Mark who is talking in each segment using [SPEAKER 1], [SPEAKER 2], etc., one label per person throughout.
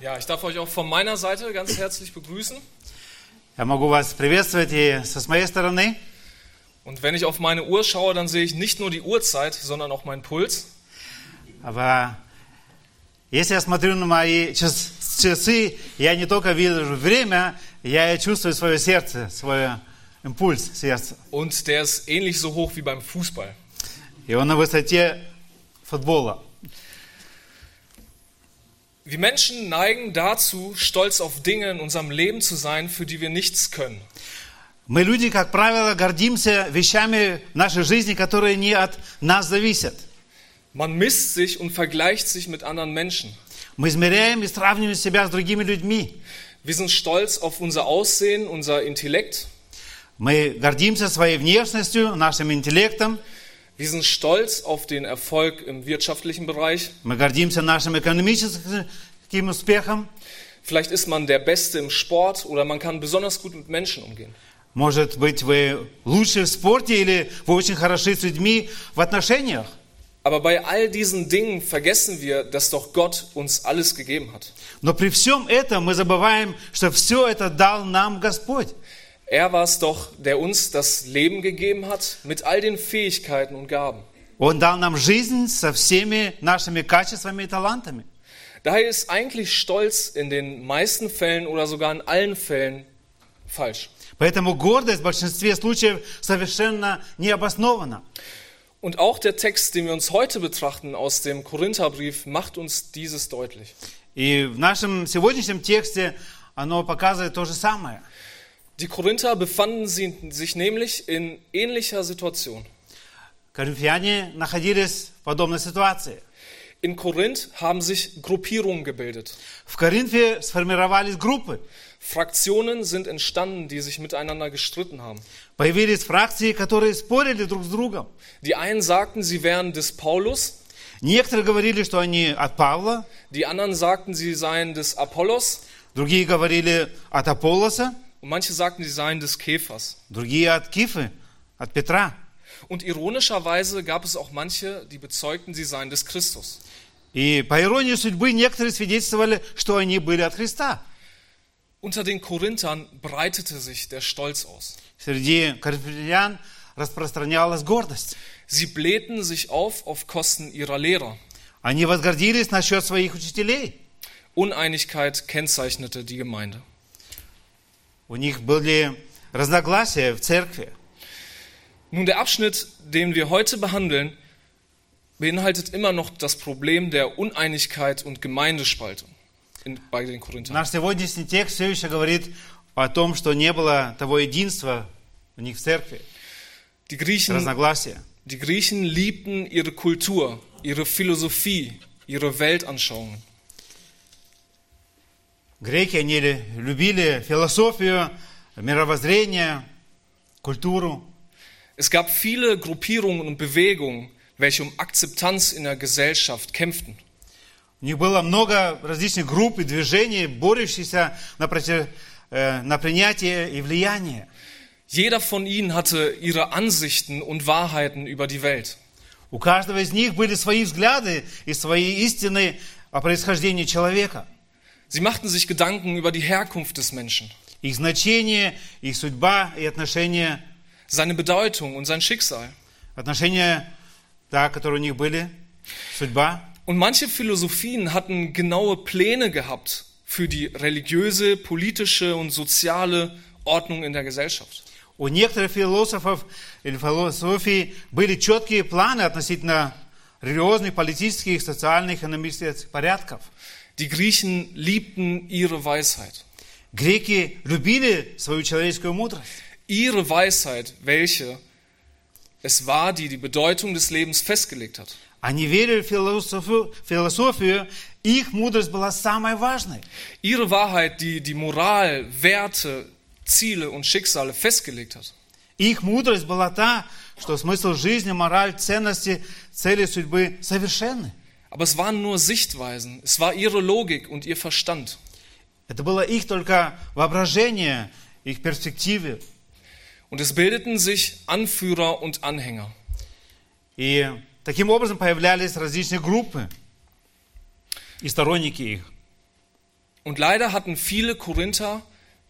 [SPEAKER 1] Ja, ich darf euch auch von meiner Seite ganz herzlich begrüßen.
[SPEAKER 2] Я могу вас приветствовать и со своей стороны.
[SPEAKER 1] Und wenn ich auf meine Uhr schaue, dann sehe ich nicht nur die Uhrzeit, sondern auch meinen Puls.
[SPEAKER 2] Aber если я смотрю на мои час- часы, я не только вижу время, я и чувствую свое сердце, свой импульс сердца.
[SPEAKER 1] Und der ist ähnlich so hoch wie beim Fußball.
[SPEAKER 2] И он на высоте футбола.
[SPEAKER 1] Wir Menschen neigen dazu, stolz auf Dinge in unserem Leben zu sein, für die wir nichts können.
[SPEAKER 2] Мы люди, как правило, гордимся вещами в нашей жизни, которые не от нас зависят.
[SPEAKER 1] Man misst sich und vergleicht sich mit anderen Menschen.
[SPEAKER 2] Мы измеряем и сравниваем себя с другими людьми.
[SPEAKER 1] Wir sind stolz auf unser Aussehen, unser Intellekt.
[SPEAKER 2] Мы гордимся своей внешностью, нашим интеллектом.
[SPEAKER 1] Wir sind stolz auf den Erfolg im wirtschaftlichen Bereich.
[SPEAKER 2] Мы гордимся нашим экономическим успехом.
[SPEAKER 1] Vielleicht ist man der Beste im Sport oder man kann besonders gut mit Menschen umgehen.
[SPEAKER 2] Может быть, вы лучше в спорте или вы очень хороши с людьми в отношениях.
[SPEAKER 1] Aber bei all diesen Dingen vergessen wir, dass doch Gott uns alles gegeben hat.
[SPEAKER 2] Но при всем этом мы забываем, что все это дал нам Господь.
[SPEAKER 1] Er war es doch, der uns das Leben gegeben hat mit all den Fähigkeiten und Gaben.
[SPEAKER 2] Он дал нам жизнь со всеми нашими качествами и талантами.
[SPEAKER 1] Daher ist eigentlich Stolz in den meisten Fällen oder sogar in allen Fällen falsch.
[SPEAKER 2] Поэтому гордость в большинстве случаев совершенно не обоснована.
[SPEAKER 1] Und auch der Text, den wir uns heute betrachten aus dem Korintherbrief, macht uns dieses deutlich.
[SPEAKER 2] И в нашем сегодняшнем тексте оно показывает то же самое.
[SPEAKER 1] Die Korinther befanden sie- sich nämlich in ähnlicher Situation.
[SPEAKER 2] Коринфяне находились в подобной ситуации.
[SPEAKER 1] In Korinth haben sich Gruppierungen gebildet.
[SPEAKER 2] В Коринфе сформировались группы,
[SPEAKER 1] Fraktionen sind entstanden, die sich miteinander gestritten haben.
[SPEAKER 2] появились фракции, которые спорили друг с другом.
[SPEAKER 1] Die einen sagten, sie wären des Paulus,
[SPEAKER 2] Некоторые говорили, что они от Павла,
[SPEAKER 1] die anderen sagten, sie seien des Apollos
[SPEAKER 2] другие говорили от Аполлоса,
[SPEAKER 1] und manche sagten, sie seien des Käfers.
[SPEAKER 2] другие от Кифы, от Петра.
[SPEAKER 1] Und ironischerweise gab es auch manche, die bezeugten, sie seien des Christus.
[SPEAKER 2] И по иронии судьбы некоторые свидетельствовали, что они были от Христа.
[SPEAKER 1] Unter den Korinthern breitete sich der Stolz aus.
[SPEAKER 2] Среди коринфян распространялась гордость.
[SPEAKER 1] Sie blähten sich auf auf Kosten ihrer Lehrer.
[SPEAKER 2] Они возгордились насчет своих учителей.
[SPEAKER 1] Uneinigkeit kennzeichnete die Gemeinde.
[SPEAKER 2] У них были разногласия в церкви.
[SPEAKER 1] Nun, der Abschnitt, den wir heute behandeln, beinhaltet immer noch das Problem der Uneinigkeit und Gemeindespaltung in, bei den Korinthern.
[SPEAKER 2] Наш сегодняшний текст все еще говорит о том, что не было того единства у них в церкви,
[SPEAKER 1] Die Griechen,
[SPEAKER 2] разногласия.
[SPEAKER 1] die Griechen liebten ihre Kultur, ihre Philosophie, ihre Weltanschauungen.
[SPEAKER 2] Греки, они ли- любили философию, мировоззрение, культуру.
[SPEAKER 1] Es gab viele Gruppierungen und Bewegungen, welche um Akzeptanz in der Gesellschaft kämpften.
[SPEAKER 2] У них было много различных групп и движений, борющихся на, проти- э, на принятие и влияние.
[SPEAKER 1] Jeder von ihnen hatte ihre Ansichten und Wahrheiten über die Welt.
[SPEAKER 2] У каждого из них были свои взгляды и свои истины о происхождении человека,
[SPEAKER 1] Sie machten sich Gedanken über die Herkunft des Menschen,
[SPEAKER 2] их значение, их судьба и отношения,
[SPEAKER 1] seine Bedeutung und sein Schicksal.
[SPEAKER 2] отношения, да, которые у них были, судьба.
[SPEAKER 1] Und manche Philosophien hatten genaue Pläne gehabt für die religiöse, politische und soziale Ordnung in der Gesellschaft.
[SPEAKER 2] У некоторых философов или философии были четкие планы относительно религиозных, политических, социальных, экономических порядков.
[SPEAKER 1] Die Griechen liebten ihre Weisheit.
[SPEAKER 2] Греки любили свою человеческую мудрость.
[SPEAKER 1] Ihre Weisheit, welche es war, die die Bedeutung des Lebens festgelegt hat.
[SPEAKER 2] Они верили в философию, философию, их мудрость была самой важной.
[SPEAKER 1] Ihre Wahrheit, die die Moral, Werte, Ziele und Schicksale festgelegt hat.
[SPEAKER 2] Их мудрость была та, что смысл жизни, мораль, ценности, цели судьбы совершенны.
[SPEAKER 1] Aber es waren nur Sichtweisen. Es war ihre Logik und ihr Verstand.
[SPEAKER 2] Это было их только воображение, их перспективы.
[SPEAKER 1] Und es bildeten sich Anführer und Anhänger.
[SPEAKER 2] И таким образом появлялись различные группы и сторонники их.
[SPEAKER 1] Und leider hatten viele Korinther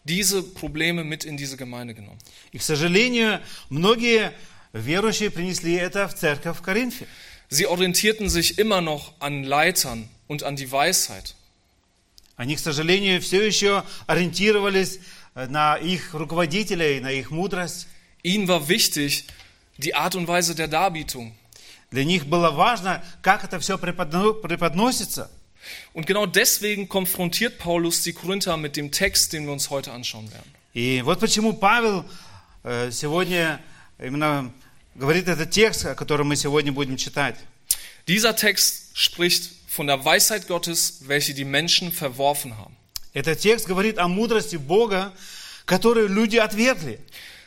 [SPEAKER 1] diese Probleme mit in diese Gemeinde genommen.
[SPEAKER 2] И, к сожалению, многие верующие принесли это в церковь в Коринфе.
[SPEAKER 1] Sie orientierten sich immer noch an Leitern und an die Weisheit.
[SPEAKER 2] Они, к сожалению, все еще ориентировались э, на их руководителей, на их мудрость.
[SPEAKER 1] Ihnen war wichtig die Art und Weise der Darbietung.
[SPEAKER 2] Для них было важно, как это все преподно- преподносится.
[SPEAKER 1] Und genau deswegen konfrontiert Paulus die Korinther mit dem Text, den wir uns heute anschauen werden.
[SPEAKER 2] И вот почему Павел э, сегодня именно говорит этот текст, о котором мы сегодня будем читать.
[SPEAKER 1] Dieser Text spricht von der Weisheit Gottes, welche die Menschen verworfen haben.
[SPEAKER 2] Этот текст говорит о мудрости Бога, которую люди отвергли.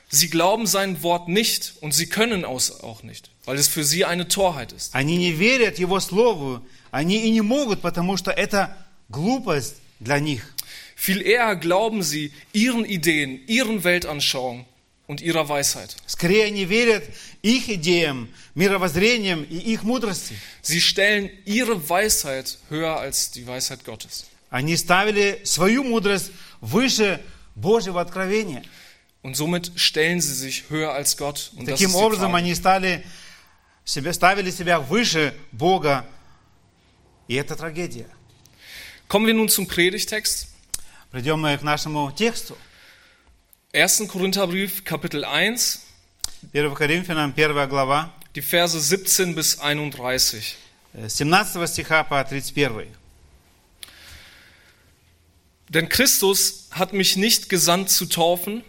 [SPEAKER 1] Sie glauben sein Wort nicht und sie können es auch nicht, weil es für sie eine Torheit ist.
[SPEAKER 2] Они не верят Его Слову, они и не могут, потому что это глупость для них.
[SPEAKER 1] Viel eher glauben sie ihren Ideen, ihren Weltanschauungen und ihrer Weisheit.
[SPEAKER 2] Скорее они верят их идеям, мировоззрениям и их мудрости.
[SPEAKER 1] Sie stellen ihre Weisheit höher als die Weisheit Gottes.
[SPEAKER 2] Они ставили свою мудрость выше Божьего откровения.
[SPEAKER 1] Und somit stellen sie sich höher als Gott. Und das ist
[SPEAKER 2] Таким
[SPEAKER 1] die
[SPEAKER 2] образом,
[SPEAKER 1] Frage.
[SPEAKER 2] они стали себе, ставили себя выше Бога. И это трагедия.
[SPEAKER 1] Kommen wir nun zum Predigtext.
[SPEAKER 2] Придем мы к нашему тексту.
[SPEAKER 1] 1. Korintherbrief, Kapitel 1,
[SPEAKER 2] 1 Коринфянам, 1 глава,
[SPEAKER 1] die Verse 17 bis 31.
[SPEAKER 2] э, с 17 стиха по 31.
[SPEAKER 1] Denn Christus hat mich nicht gesandt zu taufen,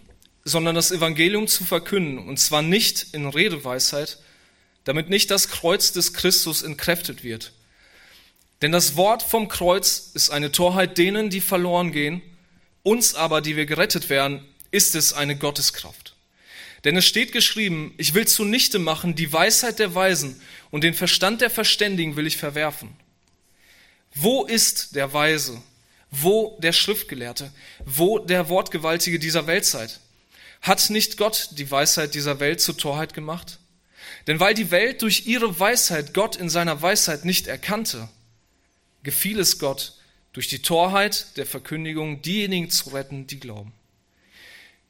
[SPEAKER 1] sondern das Evangelium zu verkünden, und zwar nicht in Redeweisheit, damit nicht das Kreuz des Christus entkräftet wird. Denn das Wort vom Kreuz ist eine Torheit denen, die verloren gehen, uns aber, die wir gerettet werden, ist es eine Gotteskraft. Denn es steht geschrieben, ich will zunichte machen die Weisheit der Weisen und den Verstand der Verständigen will ich verwerfen. Wo ist der Weise? Wo der Schriftgelehrte? Wo der Wortgewaltige dieser Weltzeit? Hat nicht Gott die Weisheit dieser Welt zur Torheit gemacht? Denn weil die Welt durch ihre Weisheit Gott in seiner Weisheit nicht erkannte, gefiel es Gott, durch die Torheit der Verkündigung diejenigen zu retten, die glauben.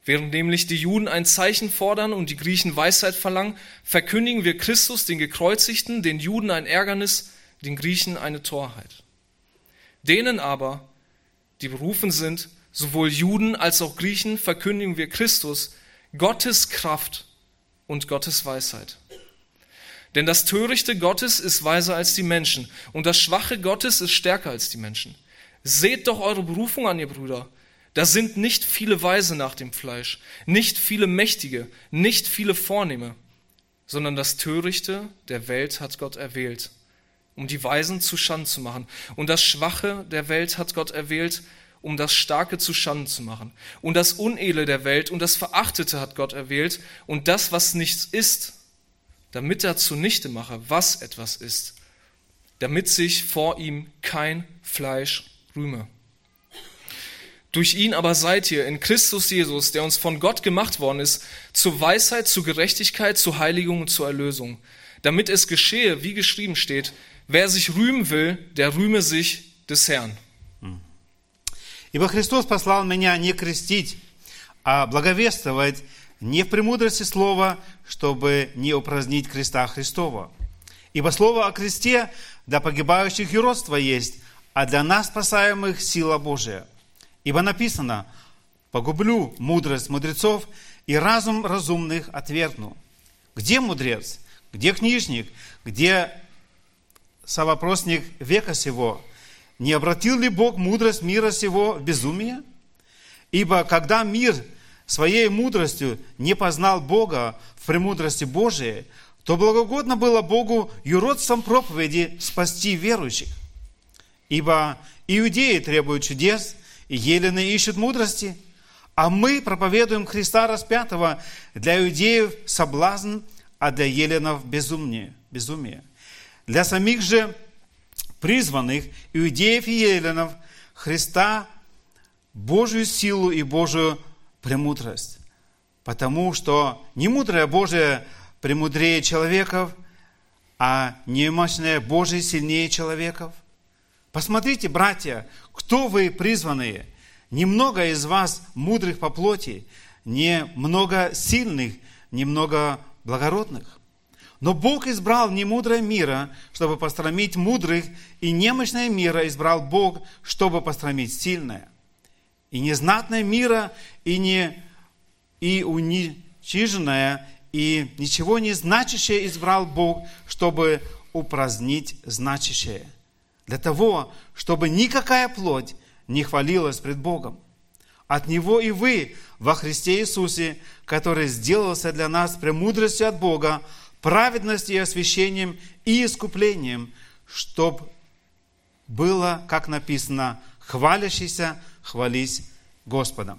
[SPEAKER 1] Während nämlich die Juden ein Zeichen fordern und die Griechen Weisheit verlangen, verkündigen wir Christus, den Gekreuzigten, den Juden ein Ärgernis, den Griechen eine Torheit. Denen aber, die berufen sind, sowohl Juden als auch Griechen, verkündigen wir Christus, Gottes Kraft und Gottes Weisheit. Denn das Törichte Gottes ist weiser als die Menschen und das Schwache Gottes ist stärker als die Menschen. Seht doch eure Berufung an, ihr Brüder. Da sind nicht viele Weise nach dem Fleisch, nicht viele Mächtige, nicht viele Vornehme, sondern das Törichte der Welt hat Gott erwählt, um die Weisen zu Schanden zu machen. Und das Schwache der Welt hat Gott erwählt, um das Starke zu Schanden zu machen. Und das Unedle der Welt und das Verachtete hat Gott erwählt und das, was nichts ist, damit er zunichte mache, was etwas ist, damit sich vor ihm kein Fleisch rühme. Durch ihn aber seid ihr in Christus Jesus, der uns von Gott gemacht worden ist, zur Weisheit, zur Gerechtigkeit, zur Heiligung und zur Erlösung, damit es geschehe, wie geschrieben steht, wer sich rühmen will, der rühme sich des Herrn.
[SPEAKER 2] Ибо Христос послал меня не крестить, а благовествовать не в премудрости слова, чтобы не упразднить креста Христова. Ибо слово о кресте для погибающих юродство есть, а для нас спасаемых сила Божия. Ибо написано, погублю мудрость мудрецов и разум разумных отвергну. Где мудрец? Где книжник? Где совопросник века сего, не обратил ли Бог мудрость мира сего в безумие? Ибо когда мир своей мудростью не познал Бога в премудрости Божией, то благогодно было Богу юродством проповеди спасти верующих. Ибо иудеи требуют чудес, и елены ищут мудрости, а мы проповедуем Христа распятого для иудеев соблазн, а для еленов безумие. безумие. Для самих же призванных иудеев и еленов Христа Божью силу и Божию премудрость. Потому что не мудрое Божие премудрее человеков, а немощное Божие сильнее человеков. Посмотрите, братья, кто вы призванные. Немного из вас мудрых по плоти, немного сильных, немного благородных. Но Бог избрал немудрое мира, чтобы пострамить мудрых, и немощное мира избрал Бог, чтобы пострамить сильное. И незнатное мира, и, не, и уничиженное, и ничего не значащее избрал Бог, чтобы упразднить значащее. Для того, чтобы никакая плоть не хвалилась пред Богом. От Него и вы во Христе Иисусе, который сделался для нас премудростью от Бога, праведностью и освящением и искуплением, чтоб было, как написано, хвалящийся, хвались Господом.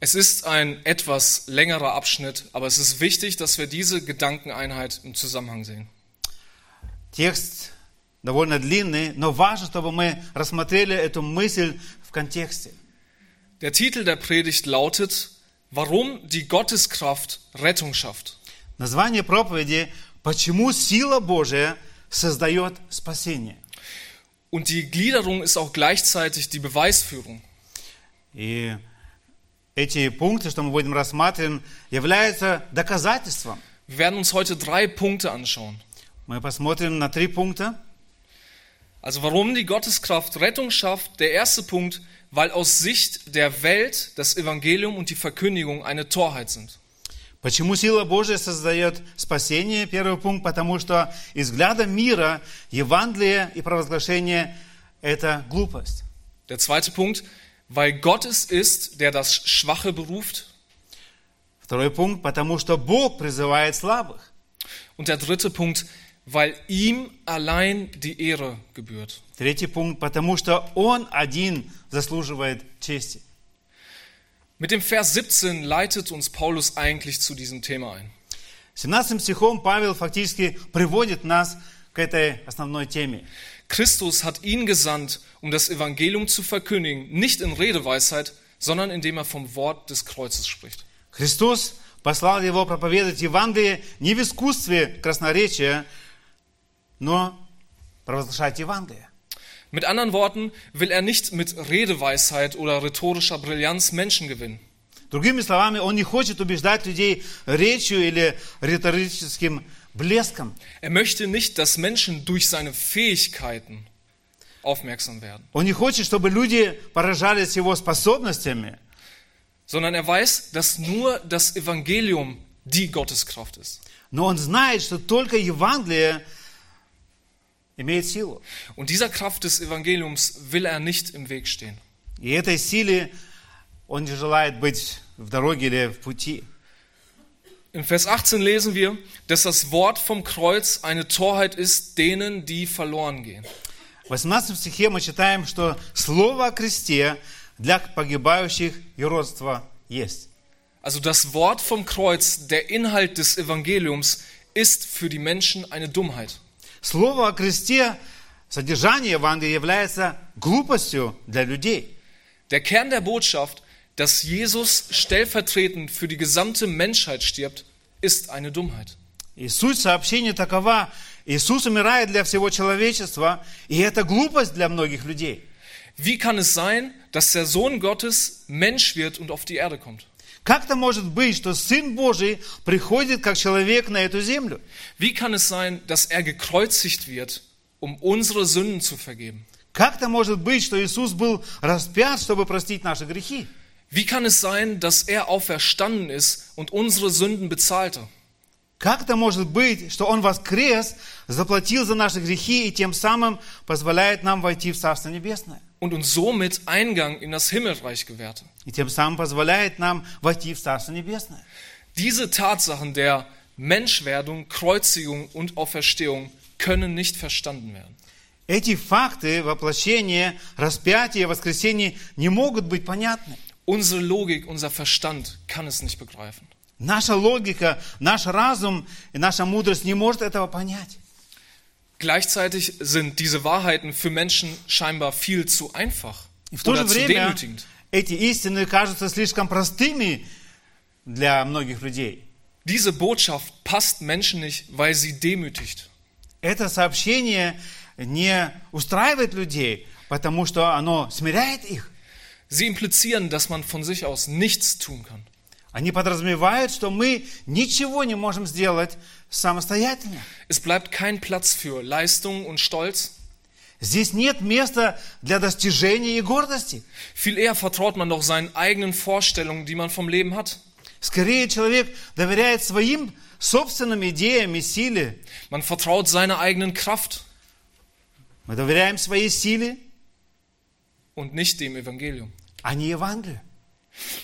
[SPEAKER 1] Es ist ein etwas längerer Abschnitt, aber es ist wichtig, dass wir diese Gedankeneinheit im Zusammenhang sehen.
[SPEAKER 2] Текст довольно длинный, но важно, чтобы мы рассмотрели эту мысль в контексте.
[SPEAKER 1] Der Titel der Predigt lautet, warum die Gotteskraft Rettung schafft.
[SPEAKER 2] Название проповеди «Почему сила Божия создает спасение?»
[SPEAKER 1] Und die Gliederung ist auch gleichzeitig die Beweisführung.
[SPEAKER 2] И эти пункты, что мы будем рассматриваем, являются доказательством.
[SPEAKER 1] Wir werden uns heute drei Punkte anschauen.
[SPEAKER 2] Мы посмотрим на три пункта.
[SPEAKER 1] Also warum die Gotteskraft Rettung schafft, der erste Punkt, weil aus Sicht der Welt das Evangelium und die Verkündigung eine Torheit sind.
[SPEAKER 2] Почему сила Божия создает спасение? Первый пункт, потому что из взгляда мира Евангелие и провозглашение – это глупость.
[SPEAKER 1] Der zweite Punkt, weil Gott es ist, der das Schwache beruft.
[SPEAKER 2] Второй пункт, потому что Бог призывает слабых.
[SPEAKER 1] Und der dritte Punkt, weil ihm allein die Ehre gebührt.
[SPEAKER 2] Третий пункт, потому что Он один заслуживает чести.
[SPEAKER 1] Mit dem Vers 17 leitet uns Paulus eigentlich zu diesem Thema ein.
[SPEAKER 2] 17 стихом Павел фактически приводит нас к этой основной теме.
[SPEAKER 1] Christus hat ihn gesandt, um das Evangelium zu verkündigen, nicht in Redeweisheit, sondern indem er vom Wort des Kreuzes spricht.
[SPEAKER 2] Христос послал его проповедовать Евангелие не в искусстве красноречия, но провозглашать Евангелие.
[SPEAKER 1] Mit anderen Worten will er nicht mit Redeweisheit oder rhetorischer Brillanz Menschen gewinnen.
[SPEAKER 2] Другими словами, он не хочет убеждать людей речью или риторическим блеском.
[SPEAKER 1] Er möchte nicht, dass Menschen durch seine Fähigkeiten aufmerksam werden,
[SPEAKER 2] Он не хочет, чтобы люди поражались его способностями,
[SPEAKER 1] sondern er weiß, dass nur das Evangelium die Gotteskraft ist.
[SPEAKER 2] но он знает, что только Евангелие имеет силу.
[SPEAKER 1] Und dieser Kraft des Evangeliums will er nicht im Weg stehen.
[SPEAKER 2] И этой силе он не желает быть в дороге или в пути.
[SPEAKER 1] Im Vers 18 lesen wir, dass das Wort vom Kreuz eine Torheit ist denen, die verloren gehen.
[SPEAKER 2] В 18 стихе мы читаем, что слово о кресте для погибающих юродство есть.
[SPEAKER 1] Also das Wort vom Kreuz, der Inhalt des Evangeliums, ist für die Menschen eine Dummheit.
[SPEAKER 2] Слово о кресте, содержание Евангелия является глупостью для людей.
[SPEAKER 1] Der Kern der Botschaft, dass Jesus stellvertretend für die gesamte Menschheit stirbt, ist eine Dummheit.
[SPEAKER 2] И суть сообщения такова. Иисус умирает для всего человечества, и это глупость для многих людей.
[SPEAKER 1] Wie kann es sein, dass der Sohn Gottes Mensch wird und auf die Erde kommt?
[SPEAKER 2] Как то может быть, что Сын Божий приходит как человек на эту землю?
[SPEAKER 1] Wie kann es sein, dass er gekreuzigt wird, um unsere Sünden zu vergeben?
[SPEAKER 2] Как то может быть, что Иисус был распят, чтобы простить наши грехи?
[SPEAKER 1] Wie kann es sein, dass er auferstanden ist und unsere Sünden bezahlte?
[SPEAKER 2] Как это может быть, что Он воскрес, заплатил за наши грехи и тем самым позволяет нам войти в Царство Небесное?
[SPEAKER 1] und uns somit Eingang in das Himmelreich gewährte.
[SPEAKER 2] И тем самым позволяет нам войти в Царство Небесное.
[SPEAKER 1] Diese Tatsachen der Menschwerdung, Kreuzigung und Auferstehung können nicht verstanden werden.
[SPEAKER 2] Эти факты воплощения, распятия, воскресения не могут быть понятны.
[SPEAKER 1] Unsere Logik, unser Verstand kann es nicht begreifen.
[SPEAKER 2] Наша логика, наш разум и наша мудрость не может этого понять.
[SPEAKER 1] Gleichzeitig sind diese Wahrheiten für Menschen scheinbar viel zu einfach
[SPEAKER 2] И в то же
[SPEAKER 1] oder zu
[SPEAKER 2] время
[SPEAKER 1] demütigend.
[SPEAKER 2] эти истины кажутся слишком простыми для многих людей.
[SPEAKER 1] Diese Botschaft passt Menschen nicht, weil sie demütigt.
[SPEAKER 2] Это сообщение не устраивает людей, потому что оно смиряет их.
[SPEAKER 1] Sie implizieren, dass man von sich aus nichts tun kann.
[SPEAKER 2] Они подразумевают, что мы ничего не можем сделать самостоятельно.
[SPEAKER 1] Es bleibt kein Platz für Leistung und Stolz.
[SPEAKER 2] Здесь нет места для достижения и гордости.
[SPEAKER 1] Viel eher vertraut man doch seinen eigenen Vorstellungen, die man vom Leben hat.
[SPEAKER 2] Скорее человек доверяет своим собственным идеям и силе.
[SPEAKER 1] Man vertraut seiner eigenen Kraft
[SPEAKER 2] Мы доверяем своей силе,
[SPEAKER 1] und nicht dem Evangelium.
[SPEAKER 2] а не Евангелию.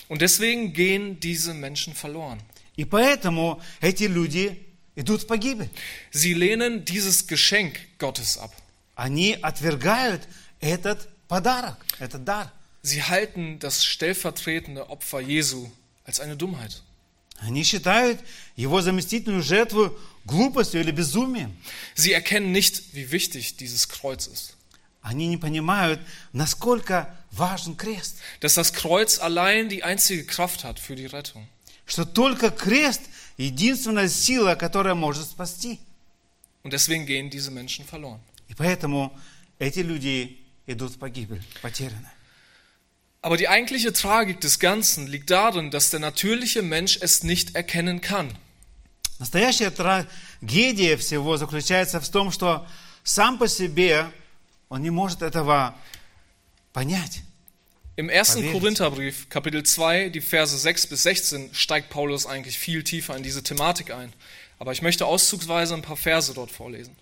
[SPEAKER 1] Und deswegen gehen diese Menschen verloren.
[SPEAKER 2] И поэтому эти люди идут в погибель.
[SPEAKER 1] Sie lehnen dieses Geschenk Gottes ab.
[SPEAKER 2] Они отвергают этот подарок, этот дар.
[SPEAKER 1] Sie halten das stellvertretende Opfer Jesu als eine Dummheit.
[SPEAKER 2] Они считают его заместительную жертву глупостью или безумием.
[SPEAKER 1] Sie erkennen nicht, wie wichtig dieses Kreuz ist.
[SPEAKER 2] Они не понимают, насколько важен крест.
[SPEAKER 1] Dass das Kreuz allein die einzige Kraft hat für die Rettung.
[SPEAKER 2] Что только крест – единственная сила, которая может спасти.
[SPEAKER 1] Und deswegen gehen diese Menschen verloren.
[SPEAKER 2] И поэтому эти люди идут в погибель, потеряны.
[SPEAKER 1] Aber die eigentliche Tragik des Ganzen liegt darin, dass der natürliche Mensch es nicht erkennen kann.
[SPEAKER 2] Настоящая трагедия всего заключается в том, что сам по себе он не может этого понять.
[SPEAKER 1] Im 1.
[SPEAKER 2] Verwirrt.
[SPEAKER 1] Korintherbrief, Kapitel 2, die Verse 6 bis 16, steigt Paulus eigentlich viel tiefer in diese Thematik ein. Aber ich möchte auszugsweise ein paar Verse dort vorlesen.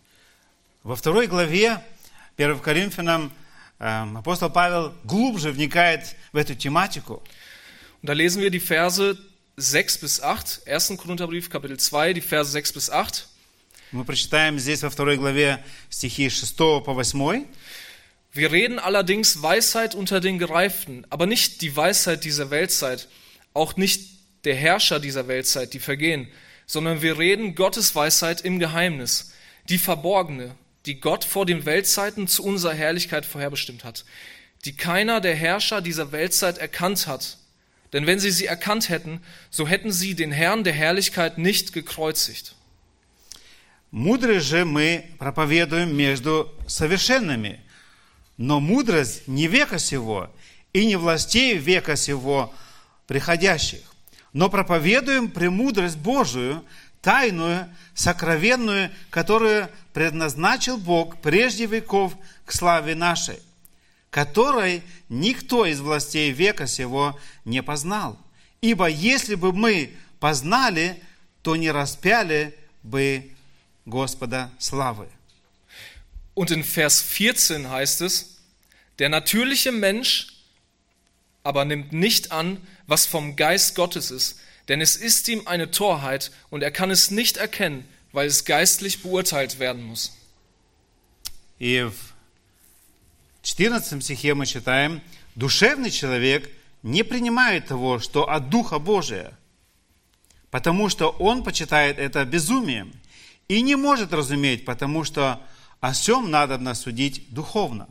[SPEAKER 2] Во второй главе 1 Коринфянам эм, апостол Павел глубже вникает в эту тематику.
[SPEAKER 1] Und da lesen wir die Verse 6 bis 8, 1. Korintherbrief, Kapitel 2, die Verse 6 bis 8.
[SPEAKER 2] Мы прочитаем здесь во второй главе стихи с 6 по 8.
[SPEAKER 1] Wir reden allerdings Weisheit unter den Gereiften, aber nicht die Weisheit dieser Weltzeit, auch nicht der Herrscher dieser Weltzeit, die vergehen, sondern wir reden Gottes Weisheit im Geheimnis, die verborgene, die Gott vor den Weltzeiten zu unserer Herrlichkeit vorherbestimmt hat, die keiner der Herrscher dieser Weltzeit erkannt hat. Denn wenn sie sie erkannt hätten, so hätten sie den Herrn der Herrlichkeit nicht gekreuzigt.
[SPEAKER 2] Мудрые же мы проповедуем между совершенными, но мудрость не века сего и не властей века сего приходящих, но проповедуем премудрость Божию, тайную, сокровенную, которую предназначил Бог прежде веков к славе нашей, которой никто из властей века сего не познал. Ибо если бы мы познали, то не распяли бы Господа славы.
[SPEAKER 1] Und in Vers 14 heißt es, der natürliche Mensch aber nimmt nicht an, was vom Geist Gottes ist, denn es ist ihm eine Torheit und er kann es nicht erkennen, weil es geistlich beurteilt werden muss.
[SPEAKER 2] И в 14 стихе мы читаем, «Душевный человек не принимает того, что от Духа Божия, потому что он почитает это безумием и не может разуметь, потому что о сем надобно судить духовно».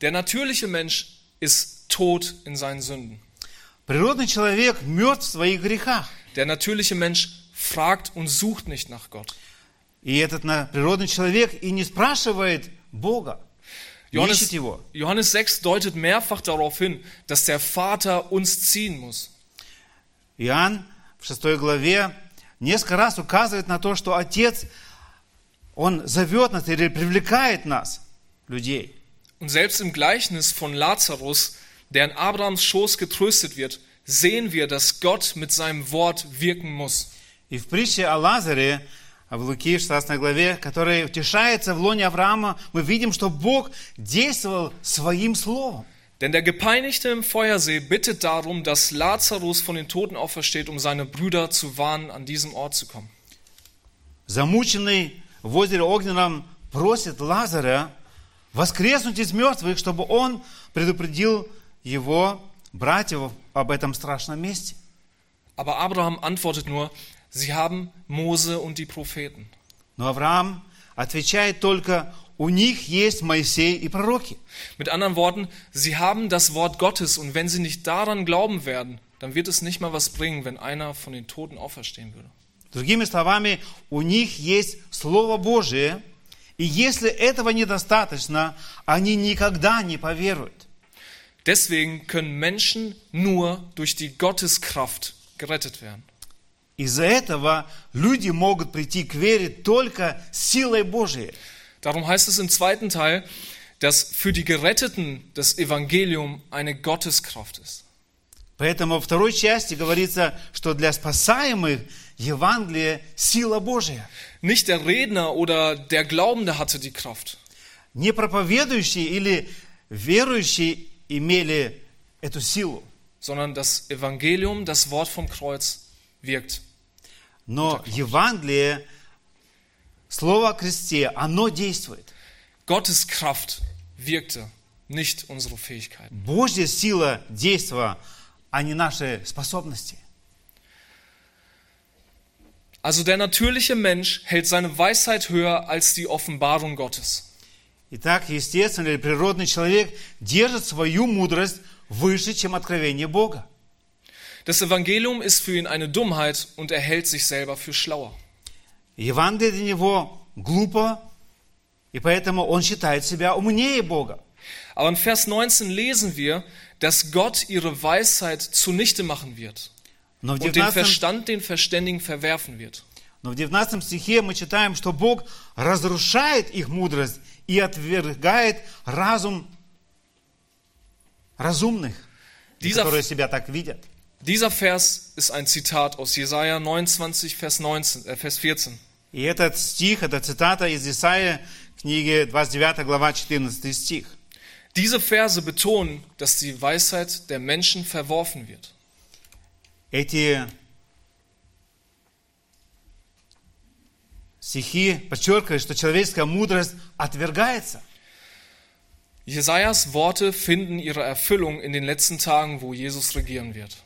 [SPEAKER 1] Der natürliche Mensch ist tot in seinen Sünden.
[SPEAKER 2] Природный человек мертв в своих грехах,
[SPEAKER 1] Der natürliche Mensch fragt und sucht nicht nach Gott.
[SPEAKER 2] и этот на- природный человек и не спрашивает Бога, не
[SPEAKER 1] Johannes,
[SPEAKER 2] ищет Его.
[SPEAKER 1] Johannes 6 deutet mehrfach darauf hin, dass der Vater uns ziehen muss.
[SPEAKER 2] Иоанн в 6 главе несколько раз указывает на то, что Отец, Он зовет нас или привлекает нас, людей.
[SPEAKER 1] Und selbst im Gleichnis von Lazarus, der in Abrahams Schoß getröstet wird, sehen wir, dass Gott mit seinem Wort wirken muss.
[SPEAKER 2] И в притче о Лазаре, в Луки 16 главе, который утешается в лоне Авраама, мы видим, что Бог действовал своим словом.
[SPEAKER 1] Denn der Gepeinigte im Feuersee bittet darum, dass Lazarus von den Toten aufersteht, um seine Brüder zu warnen, an diesem Ort zu kommen.
[SPEAKER 2] Замученный в озере Огненном просит Лазаря воскреснуть из мертвых, чтобы он предупредил его братьев об этом страшном месте.
[SPEAKER 1] Aber Abraham antwortet nur, sie haben Mose und die Propheten.
[SPEAKER 2] Но Авраам отвечает только, у них есть Моисей и пророки.
[SPEAKER 1] Mit anderen Worten, sie haben das Wort Gottes und wenn sie nicht daran glauben werden, dann wird es nicht mal was bringen, wenn einer von den Toten auferstehen würde.
[SPEAKER 2] Другими словами, у них есть Слово Божие, И если этого недостаточно, они никогда не поверуют.
[SPEAKER 1] Deswegen können Menschen nur durch die Gotteskraft gerettet werden.
[SPEAKER 2] Из-за этого люди могут прийти к вере только силой Божией.
[SPEAKER 1] Darum heißt es im zweiten Teil, dass für die Geretteten das Evangelium eine Gotteskraft ist.
[SPEAKER 2] Поэтому во второй части говорится, что для спасаемых Евангелие – сила Божия.
[SPEAKER 1] Nicht der Redner oder der Glaubende hatte die Kraft,
[SPEAKER 2] Не проповедующие или верующие имели эту силу,
[SPEAKER 1] sondern das Evangelium, das Wort vom Kreuz, wirkt.
[SPEAKER 2] но Евангелие, слово о кресте, оно действует.
[SPEAKER 1] Gottes Kraft wirkte, nicht unsere Fähigkeiten.
[SPEAKER 2] Божья сила действия, а не наши способности.
[SPEAKER 1] Also der natürliche Mensch hält seine Weisheit höher als die Offenbarung Gottes.
[SPEAKER 2] Итак, естественно, или природный человек держит свою мудрость выше, чем откровение Бога.
[SPEAKER 1] Das Evangelium ist für ihn eine Dummheit und er hält sich selber für schlauer.
[SPEAKER 2] Евангелие для него глупо, и поэтому он считает себя умнее Бога.
[SPEAKER 1] Aber in Vers 19 lesen wir, dass Gott ihre Weisheit zunichte machen wird
[SPEAKER 2] Но в,
[SPEAKER 1] und den
[SPEAKER 2] 19,
[SPEAKER 1] Verstand den Verständigen verwerfen wird.
[SPEAKER 2] но в 19 стихе мы читаем, что Бог разрушает их мудрость и отвергает разум разумных,
[SPEAKER 1] Dieser,
[SPEAKER 2] которые себя так видят.
[SPEAKER 1] dieser Vers ist ein Zitat aus Jesaja 29, Vers, 19, äh, Vers 14.
[SPEAKER 2] И этот стих, это цитата из Исаия, книги 29 глава 14 стих.
[SPEAKER 1] Diese Verse betonen, dass die Weisheit der Menschen verworfen wird.
[SPEAKER 2] Эти стихи подчеркивают, что человеческая мудрость отвергается.
[SPEAKER 1] Jesajas Worte finden ihre Erfüllung in den letzten Tagen, wo Jesus regieren wird.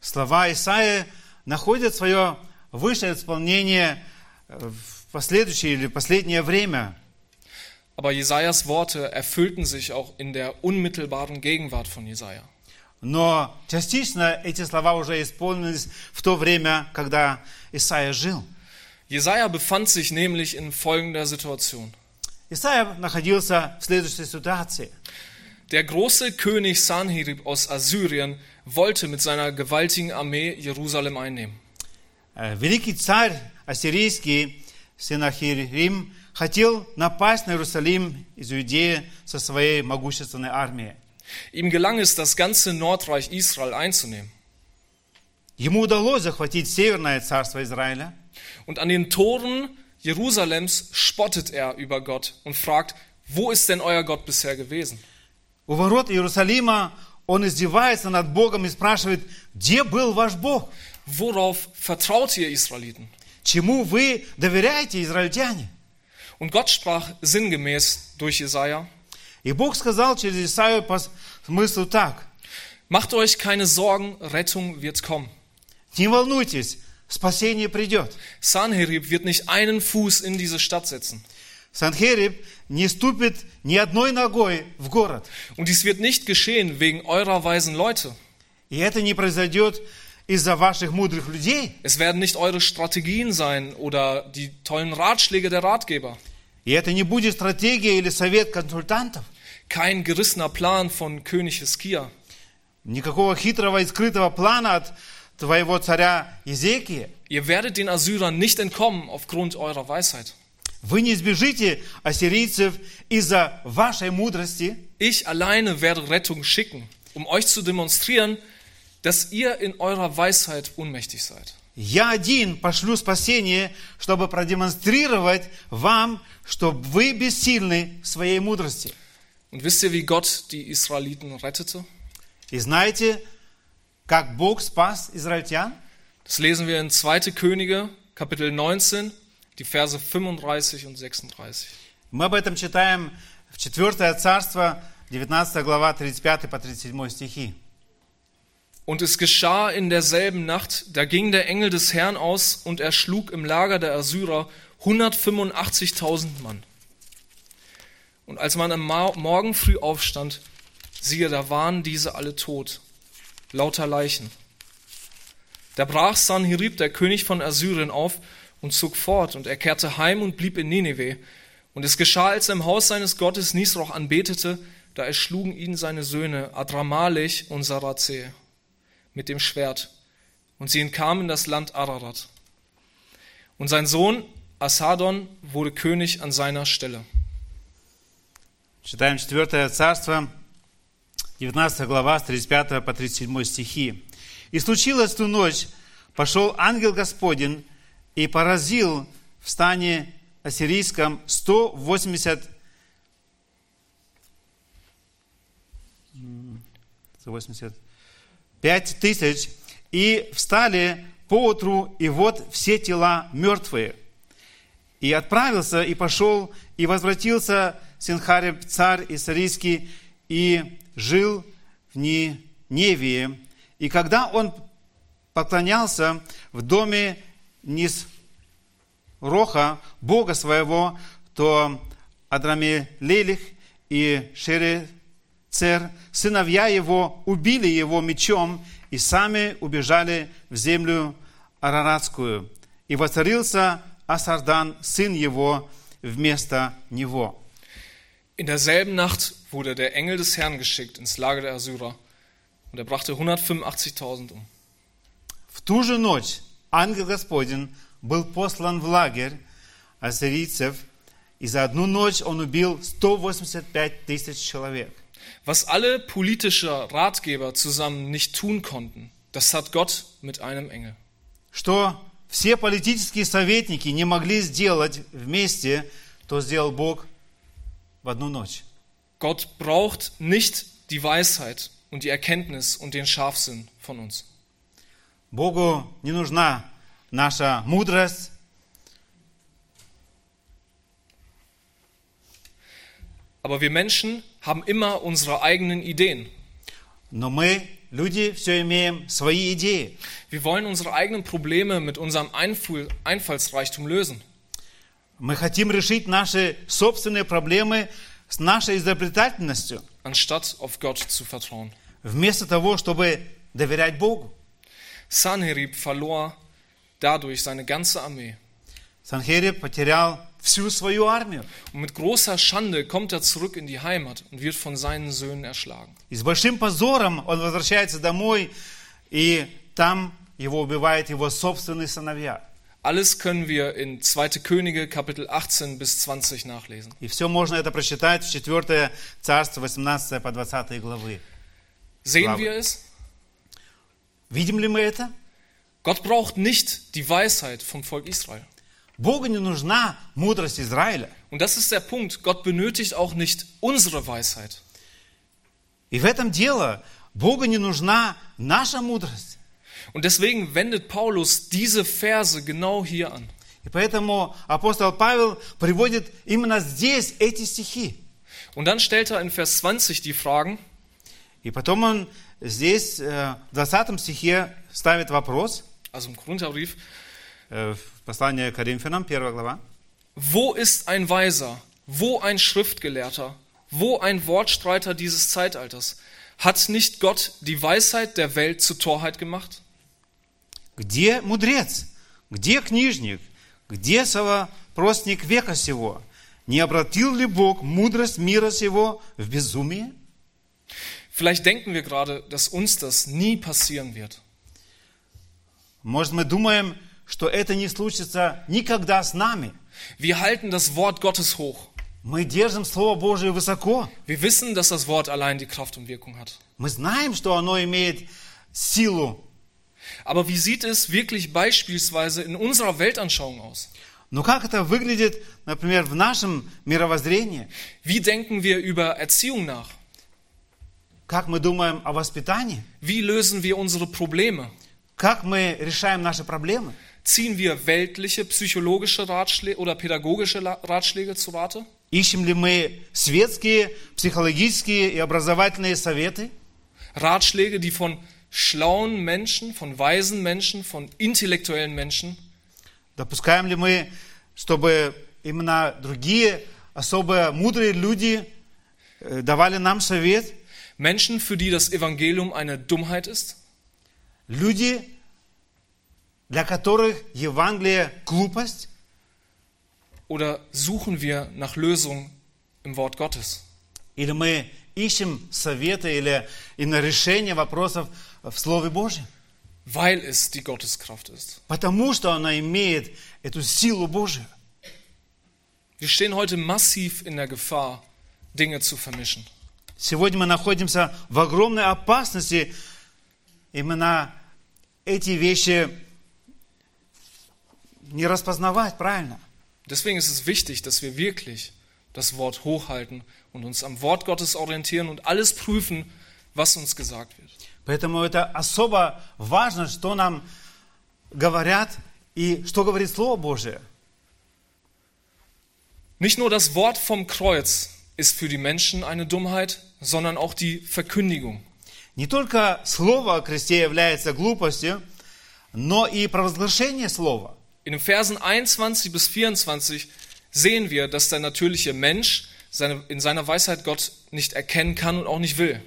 [SPEAKER 2] Слова Исаия находят свое высшее исполнение э, в последующее или последнее время.
[SPEAKER 1] Aber Jesajas Worte erfüllten sich auch in der unmittelbaren Gegenwart von Jesaja.
[SPEAKER 2] Но частично эти слова уже исполнились в то время, когда Исаия жил.
[SPEAKER 1] Jesaja befand sich nämlich in folgender Situation.
[SPEAKER 2] Исаия находился в следующей ситуации.
[SPEAKER 1] Der große König Sanherib aus Assyrien wollte mit seiner gewaltigen Armee Jerusalem einnehmen.
[SPEAKER 2] Э, Великий царь ассирийский Синахирим хотел напасть на Иерусалим из Иудеи со своей могущественной армией.
[SPEAKER 1] Ihm gelang es, das ganze Nordreich Israel einzunehmen.
[SPEAKER 2] Ему удалось захватить северное царство Израиля.
[SPEAKER 1] Und an den Toren Jerusalems spottet er über Gott und fragt, wo ist denn euer Gott bisher gewesen?
[SPEAKER 2] У ворот Иерусалима он издевается над Богом и спрашивает, где был ваш Бог?
[SPEAKER 1] Worauf vertraut ihr Israeliten?
[SPEAKER 2] Чему вы доверяете, израильтяне?
[SPEAKER 1] Und Gott sprach sinngemäß durch Jesaja:
[SPEAKER 2] И Бог сказал через Исаию по смыслу так.
[SPEAKER 1] Macht euch keine Sorgen, Rettung wird kommen.
[SPEAKER 2] Не волнуйтесь, спасение придет.
[SPEAKER 1] Sanherib wird nicht einen Fuß in diese Stadt setzen.
[SPEAKER 2] Санхериб не ступит ни одной ногой в город.
[SPEAKER 1] Und dies wird nicht geschehen wegen eurer weisen Leute.
[SPEAKER 2] И это не произойдет из-за ваших мудрых людей,
[SPEAKER 1] Es werden nicht eure Strategien sein oder die tollen Ratschläge der Ratgeber.
[SPEAKER 2] и это не будет стратегия или совет консультантов,
[SPEAKER 1] Kein gerissener Plan von König Hiskia.
[SPEAKER 2] никакого хитрого и скрытого плана от твоего царя Езекия.
[SPEAKER 1] Ihr werdet den Assyrern nicht entkommen aufgrund eurer Weisheit.
[SPEAKER 2] Вы не избежите ассирийцев из-за вашей мудрости.
[SPEAKER 1] Ich alleine werde Rettung schicken, um euch zu demonstrieren, dass ihr in eurer Weisheit ohnmächtig seid.
[SPEAKER 2] Я один пошлю спасение, чтобы продемонстрировать вам, что вы бессильны в своей мудрости.
[SPEAKER 1] Und wisst ihr, wie Gott die Israeliten rettete?
[SPEAKER 2] И знаете, как Бог спас израильтян?
[SPEAKER 1] Das lesen wir in 2. Könige, Kapitel 19, die Verse 35 und 36.
[SPEAKER 2] Мы об этом читаем в 4 царство, 19 глава, 35 по 37 стихи.
[SPEAKER 1] Und es geschah in derselben Nacht, da ging der Engel des Herrn aus und erschlug im Lager der Assyrer 185.000 Mann. Und als man am Ma- Morgen früh aufstand, siehe, da waren diese alle tot, lauter Leichen. Da brach Sanherib, der König von Assyrien, auf und zog fort, und er kehrte heim und blieb in Nineveh Und es geschah, als er im Haus seines Gottes Nisroch anbetete, da erschlugen ihn seine Söhne Adramalech und Sarazeh mit dem Schwert. Und sie entkamen das Land Ararat. Und sein Sohn Asadon wurde König an seiner Stelle.
[SPEAKER 2] Читаем 4 царство, 19 глава, с 35 по 37 стихи. «И случилось ту ночь, пошел ангел Господень и поразил в стане ассирийском 180 185 тысяч, и встали поутру, и вот все тела мертвые. И отправился, и пошел, и возвратился Синхариб, царь Иссарийский, и жил в Невии. И когда он поклонялся в доме Нисроха, Бога своего, то Адрамелелих и Шерецер, сыновья его, убили его мечом и сами убежали в землю Араратскую. И воцарился Асардан, сын его, вместо него.
[SPEAKER 1] In derselben Nacht wurde der Engel des Herrn geschickt ins Lager der Assyrer und er brachte 185.000 um.
[SPEAKER 2] В ту же ночь ангел Господень был послан в лагерь ассирийцев, и за одну ночь он убил 185 тысяч человек.
[SPEAKER 1] Was alle politische Ratgeber zusammen nicht tun konnten, das hat Gott mit einem Engel.
[SPEAKER 2] Что все политические советники не могли сделать вместе, то сделал Бог в одну ночь.
[SPEAKER 1] Gott braucht nicht die Weisheit und die Erkenntnis und den Scharfsinn von uns.
[SPEAKER 2] Богу не нужна наша мудрость,
[SPEAKER 1] Aber wir Menschen haben immer unsere eigenen Ideen.
[SPEAKER 2] но мы, люди, все имеем свои идеи.
[SPEAKER 1] Wir wollen unsere eigenen Probleme mit unserem Einfu- Einfallsreichtum lösen.
[SPEAKER 2] Мы хотим решить наши собственные проблемы с нашей изобретательностью,
[SPEAKER 1] anstatt auf Gott zu vertrauen.
[SPEAKER 2] вместо того, чтобы доверять Богу.
[SPEAKER 1] Sanherib verlor dadurch seine ganze Armee.
[SPEAKER 2] Санхереб потерял всю свою армию.
[SPEAKER 1] Und mit großer Schande kommt er zurück in die Heimat und wird von seinen Söhnen erschlagen.
[SPEAKER 2] И с большим позором он возвращается домой, и там его убивают его собственные сыновья.
[SPEAKER 1] Alles können wir in 2. Könige Kapitel 18 bis 20 nachlesen.
[SPEAKER 2] И все можно это прочитать в 4 царство, 18 по 20 главы.
[SPEAKER 1] Sehen
[SPEAKER 2] Glaube.
[SPEAKER 1] wir es?
[SPEAKER 2] Видим ли мы это?
[SPEAKER 1] Gott braucht nicht die Weisheit vom Volk Israel.
[SPEAKER 2] Богу не нужна мудрость Израиля.
[SPEAKER 1] Und das ist der Punkt. Gott benötigt auch nicht unsere Weisheit.
[SPEAKER 2] И в этом дело. Богу не нужна наша мудрость.
[SPEAKER 1] Und deswegen wendet Paulus diese Verse genau hier an.
[SPEAKER 2] И поэтому апостол Павел приводит именно здесь эти стихи.
[SPEAKER 1] Und dann stellt er in Vers 20 die Fragen,
[SPEAKER 2] И потом он здесь, э, в 20 стихе, ставит вопрос,
[SPEAKER 1] also im Korintherbrief,
[SPEAKER 2] э, в послании к Коринфянам, 1 глава.
[SPEAKER 1] Wo ist ein Weiser? Wo ein Schriftgelehrter? Wo ein Wortstreiter dieses Zeitalters? Hat nicht Gott die Weisheit der Welt zur Torheit gemacht?
[SPEAKER 2] Где мудрец? Где книжник? Где совопросник века сего? Не обратил ли Бог мудрость мира сего в безумие?
[SPEAKER 1] Vielleicht denken wir gerade, dass uns das nie passieren wird.
[SPEAKER 2] Может, мы думаем, что это не случится никогда с нами.
[SPEAKER 1] Wir halten das Wort Gottes hoch.
[SPEAKER 2] Мы держим Слово Божие высоко.
[SPEAKER 1] Wir wissen, dass das Wort allein die Kraft und Wirkung hat.
[SPEAKER 2] Мы знаем, что оно имеет силу.
[SPEAKER 1] Aber wie sieht es wirklich beispielsweise in unserer Weltanschauung aus?
[SPEAKER 2] Но как это выглядит, например, в нашем мировоззрении?
[SPEAKER 1] Wie denken wir über Erziehung nach?
[SPEAKER 2] Как мы думаем о воспитании?
[SPEAKER 1] Wie lösen wir unsere Probleme?
[SPEAKER 2] Как мы решаем наши проблемы?
[SPEAKER 1] Ziehen wir weltliche, psychologische Ratschläge oder pädagogische La- Ratschläge zu Rate?
[SPEAKER 2] Ищем ли мы светские, психологические и образовательные советы?
[SPEAKER 1] Ratschläge, die von schlauen Menschen, von weisen Menschen, von intellektuellen Menschen,
[SPEAKER 2] Допускаем ли мы, чтобы именно другие особо мудрые люди э, давали нам совет?
[SPEAKER 1] Menschen, für die das Evangelium eine Dummheit ist?
[SPEAKER 2] Люди, для которых Евангелие – глупость?
[SPEAKER 1] Oder suchen wir nach Lösung im Wort Gottes?
[SPEAKER 2] Или мы ищем советы или именно решение вопросов в Слове Божьем?
[SPEAKER 1] Weil es die Gotteskraft ist.
[SPEAKER 2] Потому что она имеет эту силу Божию.
[SPEAKER 1] Wir stehen heute massiv in der Gefahr, Dinge zu vermischen.
[SPEAKER 2] Сегодня мы находимся в огромной опасности именно эти вещи не распознавать правильно.
[SPEAKER 1] Deswegen ist es wichtig, dass wir wirklich das Wort hochhalten und uns am Wort Gottes orientieren und alles prüfen, was uns gesagt wird.
[SPEAKER 2] Поэтому это особо важно, что нам говорят и что говорит Слово Божие.
[SPEAKER 1] Nicht nur das Wort vom Kreuz ist für die Menschen eine Dummheit, sondern auch die Verkündigung.
[SPEAKER 2] Не только Слово о кресте является глупостью, но и провозглашение Слова.
[SPEAKER 1] In den Versen 21 bis 24 sehen wir, dass der natürliche Mensch seine, in seiner Weisheit Gott nicht erkennen kann und auch nicht will.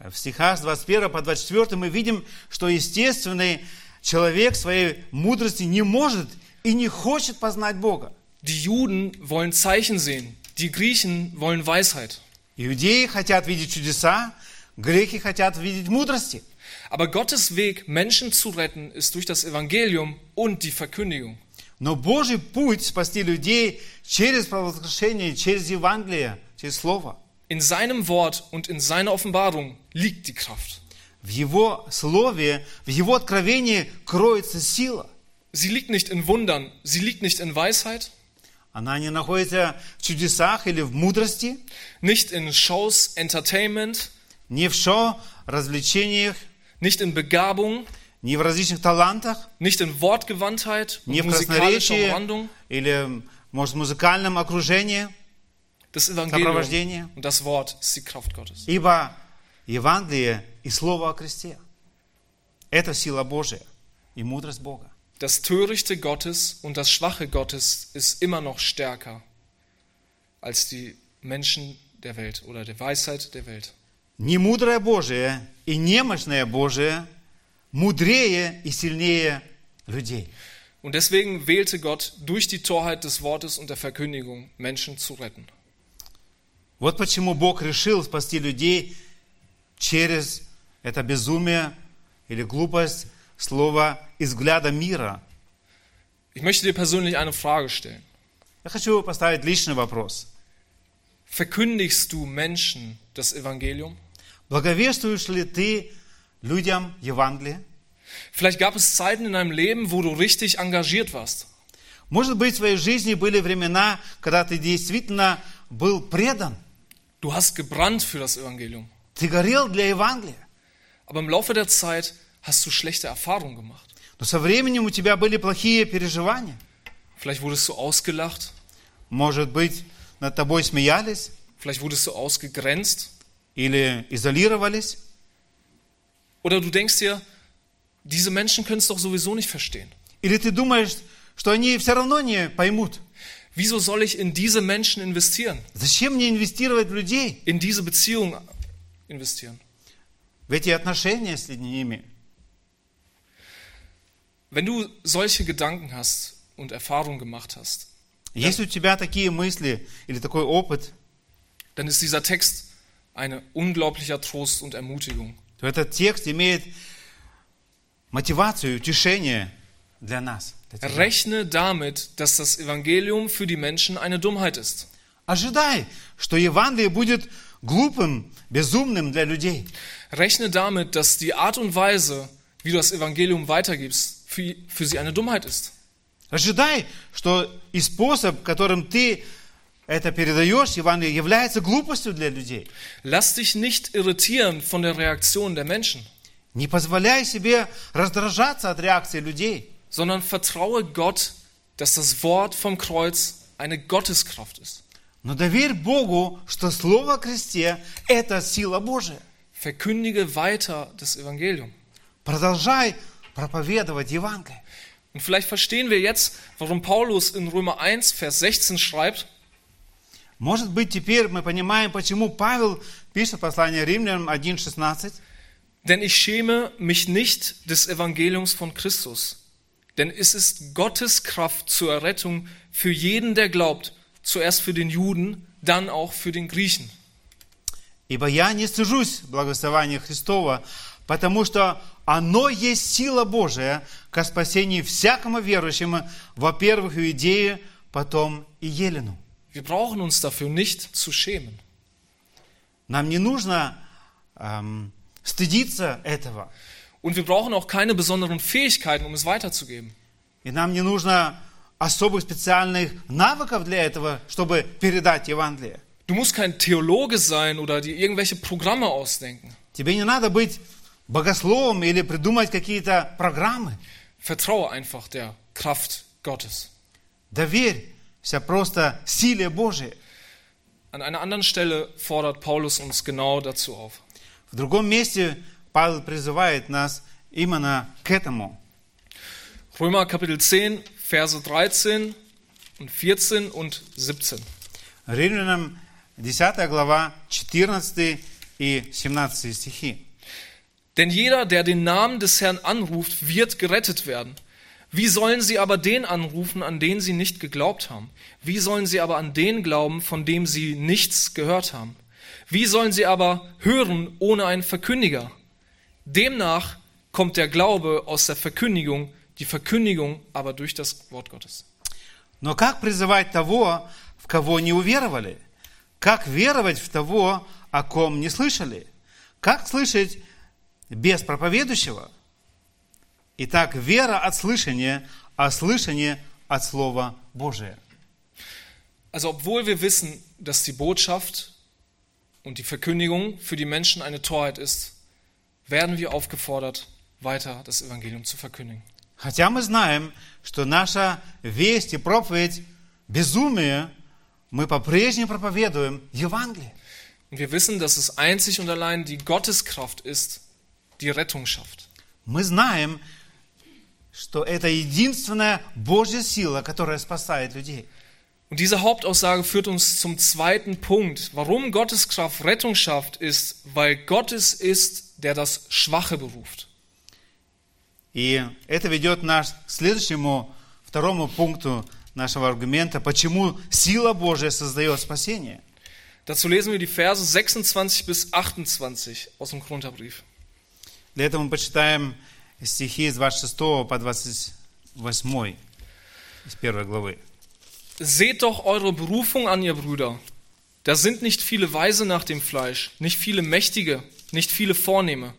[SPEAKER 2] Э, В стихах с 21 по 24 мы видим, что естественный человек в своей мудрости не может и не хочет познать Бога.
[SPEAKER 1] Die Juden wollen Zeichen sehen, die Griechen wollen Weisheit.
[SPEAKER 2] Иудеи хотят видеть чудеса, греки хотят видеть мудрости.
[SPEAKER 1] Aber Gottes Weg, Menschen zu retten, ist durch das Evangelium und die Verkündigung.
[SPEAKER 2] Но Божий путь спасти людей через провозглашение, через Евангелие, через Слово.
[SPEAKER 1] In seinem Wort und in seiner Offenbarung liegt die Kraft.
[SPEAKER 2] В Его Слове, в Его откровении кроется сила.
[SPEAKER 1] Sie liegt nicht in Wundern, sie liegt nicht in Weisheit,
[SPEAKER 2] Она не находится в чудесах или в мудрости,
[SPEAKER 1] nicht in Shows, Entertainment,
[SPEAKER 2] не в шоу, развлечениях,
[SPEAKER 1] nicht in Begabung,
[SPEAKER 2] не в различных талантах,
[SPEAKER 1] nicht in Wortgewandtheit und
[SPEAKER 2] не в
[SPEAKER 1] musikalischer
[SPEAKER 2] красноречии
[SPEAKER 1] Umwandlung.
[SPEAKER 2] или, может, в музыкальном окружении.
[SPEAKER 1] Das Evangelium
[SPEAKER 2] Сопровождение.
[SPEAKER 1] und das Wort ist die Kraft Gottes.
[SPEAKER 2] Ибо Евангелие и Слово о кресте – это сила Божия и мудрость Бога.
[SPEAKER 1] Das Törichte Gottes und das Schwache Gottes ist immer noch stärker als die Menschen der Welt oder der Weisheit der Welt.
[SPEAKER 2] Немудрое Божие и немощное Божие мудрее и сильнее людей.
[SPEAKER 1] Und deswegen wählte Gott durch die Torheit des Wortes und der Verkündigung Menschen zu retten.
[SPEAKER 2] Вот почему Бог решил спасти людей через это безумие или глупость слова и взгляда мира.
[SPEAKER 1] Ich möchte dir persönlich eine Frage stellen.
[SPEAKER 2] Я хочу поставить личный вопрос.
[SPEAKER 1] Verkündigst du Menschen das Evangelium?
[SPEAKER 2] Благовествуешь ли ты людям Евангелие?
[SPEAKER 1] Vielleicht gab es Zeiten in deinem Leben, wo du richtig engagiert warst.
[SPEAKER 2] Может быть, в своей жизни были времена, когда ты действительно был предан,
[SPEAKER 1] Du hast gebrannt für das Evangelium.
[SPEAKER 2] ты горел для Евангелия.
[SPEAKER 1] Aber im Laufe der Zeit hast du schlechte Erfahrungen gemacht.
[SPEAKER 2] Но со временем у тебя были плохие переживания.
[SPEAKER 1] Vielleicht wurdest du ausgelacht.
[SPEAKER 2] Может быть, над тобой смеялись
[SPEAKER 1] Vielleicht wurdest du ausgegrenzt.
[SPEAKER 2] или изолировались.
[SPEAKER 1] Oder du denkst dir, diese Menschen können es doch sowieso nicht verstehen.
[SPEAKER 2] Или ты думаешь, что они все равно не поймут.
[SPEAKER 1] Wieso soll ich in diese Menschen investieren?
[SPEAKER 2] Зачем мне инвестировать в людей,
[SPEAKER 1] In diese Beziehung investieren?
[SPEAKER 2] в эти отношения с ними?
[SPEAKER 1] Wenn du solche Gedanken hast und Erfahrungen gemacht hast,
[SPEAKER 2] Если у тебя такие мысли или такой опыт,
[SPEAKER 1] dann ist dieser Text eine unglaublicher Trost und Ermutigung.
[SPEAKER 2] то этот текст имеет мотивацию, утешение для нас. для тебя.
[SPEAKER 1] Rechne damit, dass das Evangelium für die Menschen eine Dummheit ist.
[SPEAKER 2] Ожидай, что Евангелие будет глупым, безумным для людей.
[SPEAKER 1] Rechne damit, dass die Art und Weise, wie du das Evangelium weitergibst, für, für sie eine Dummheit ist.
[SPEAKER 2] Ожидай, что и способ, которым ты это передаешь, Евангелие, является глупостью для людей.
[SPEAKER 1] Lass dich nicht irritieren von der Reaktion der Menschen,
[SPEAKER 2] Не позволяй себе раздражаться от реакции людей.
[SPEAKER 1] sondern vertraue Gott, dass das Wort vom Kreuz eine Gotteskraft ist.
[SPEAKER 2] Но доверь Богу, что Слово о кресте – это сила Божия.
[SPEAKER 1] Verkündige weiter das Evangelium.
[SPEAKER 2] Продолжай проповедовать Евангелие.
[SPEAKER 1] Und vielleicht verstehen wir jetzt, warum Paulus in Römer 1, Vers 16 schreibt,
[SPEAKER 2] Может быть, теперь мы понимаем, почему Павел пишет послание Римлянам 1.16.
[SPEAKER 1] Denn ich schäme mich nicht des Evangeliums von Christus, Denn es ist Gottes Kraft zur Errettung für jeden, der glaubt, zuerst für den Juden, dann auch für den Griechen.
[SPEAKER 2] Ибо я не стыжусь благословения Христова, потому что оно есть сила Божия ко спасению всякому верующему, во-первых, у Идеи, потом и Елену.
[SPEAKER 1] Wir brauchen uns dafür nicht zu schämen.
[SPEAKER 2] Нам не нужно эм, стыдиться этого.
[SPEAKER 1] Und wir brauchen auch keine besonderen Fähigkeiten, um es weiterzugeben.
[SPEAKER 2] И нам не нужно особых специальных навыков для этого, чтобы передать Евангелие.
[SPEAKER 1] Du musst kein Theologe sein oder dir irgendwelche Programme ausdenken.
[SPEAKER 2] Тебе не надо быть богословом или придумать какие-то программы.
[SPEAKER 1] Vertraue einfach der Kraft Gottes.
[SPEAKER 2] Доверься просто силе Божией.
[SPEAKER 1] An einer anderen Stelle fordert Paulus uns genau dazu auf.
[SPEAKER 2] В другом месте Павел призывает нас именно к этому.
[SPEAKER 1] Römer Kapitel 10, Verse 13 und 14 und 17.
[SPEAKER 2] Римлянам 10 глава 14 и 17 стихи.
[SPEAKER 1] Denn jeder, der den Namen des Herrn anruft, wird gerettet werden. Wie sollen sie aber den anrufen, an den sie nicht geglaubt haben? Wie sollen sie aber an den glauben, von dem sie nichts gehört haben? Wie sollen sie aber hören ohne einen Verkündiger? Demnach kommt der Glaube aus der Verkündigung, die Verkündigung aber durch das Wort Gottes.
[SPEAKER 2] Но как призывать того, в кого не уверовали? Как веровать в того, о ком не слышали? Как слышать без проповедующего? Итак, вера от слышания, а слышание от Слова Божия.
[SPEAKER 1] Also obwohl wir wissen, dass die Botschaft und die Verkündigung für die Menschen eine Torheit ist, werden wir aufgefordert, weiter das Evangelium zu verkündigen.
[SPEAKER 2] Хотя мы знаем, что наша весть и проповедь – безумие, мы по-прежнему проповедуем Евангелие.
[SPEAKER 1] Und wir wissen, dass es einzig und allein die Gotteskraft ist, die Rettung schafft.
[SPEAKER 2] Мы знаем, что это единственная Божья сила, которая спасает людей.
[SPEAKER 1] Und diese Hauptaussage führt uns zum zweiten Punkt. Warum Gottes Kraft Rettung schafft, ist, weil Gott es ist, der das Schwache beruft.
[SPEAKER 2] И это ведет нас к следующему, второму пункту нашего аргумента, почему сила Божия создает спасение.
[SPEAKER 1] Dazu lesen wir die Verse 26 bis 28 aus dem Korintherbrief.
[SPEAKER 2] Для этого мы почитаем стихи с 26 по 28 из первой главы.
[SPEAKER 1] Seht doch eure Berufung an, ihr Brüder. Da sind nicht viele Weise nach dem Fleisch, nicht viele Mächtige, nicht viele Vornehme,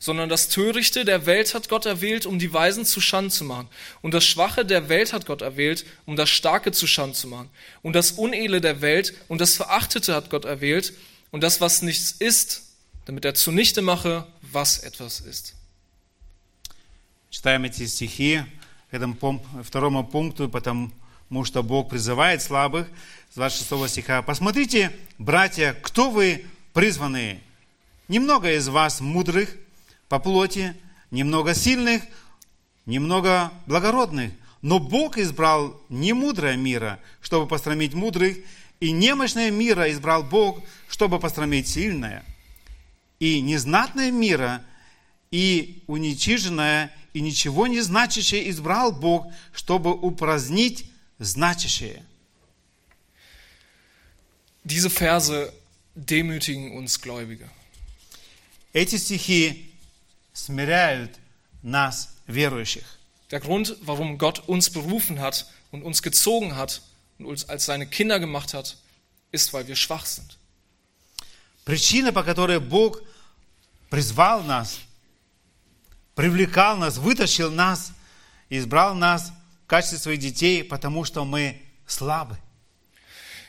[SPEAKER 1] sondern das Törichte der Welt hat Gott erwählt, um die Weisen zu Schand zu machen. Und das Schwache der Welt hat Gott erwählt, um das Starke zu Schand zu machen. Und das Unedle der Welt und das Verachtete hat Gott erwählt, und das, was nichts ist, damit er zunichte mache, was etwas ist.
[SPEAKER 2] Читаем эти стихи к этому пом- второму пункту, потому что Бог призывает слабых. С 26 стиха. «Посмотрите, братья, кто вы призванные? Немного из вас мудрых по плоти, немного сильных, немного благородных. Но Бог избрал не мудрое мира, чтобы посрамить мудрых, и немощное мира избрал Бог, чтобы посрамить сильное» и незнатное мира, и уничиженное, и ничего не значащее избрал Бог, чтобы упразднить значащее.
[SPEAKER 1] Diese Verse demütigen uns Gläubige.
[SPEAKER 2] Эти стихи смиряют нас, верующих.
[SPEAKER 1] Der Grund, warum Gott uns berufen hat und uns gezogen hat und uns als seine Kinder gemacht hat, ist, weil wir schwach sind.
[SPEAKER 2] Причина, по которой Бог призвал нас, привлекал нас, вытащил нас, избрал нас в качестве своих детей, потому что мы слабы.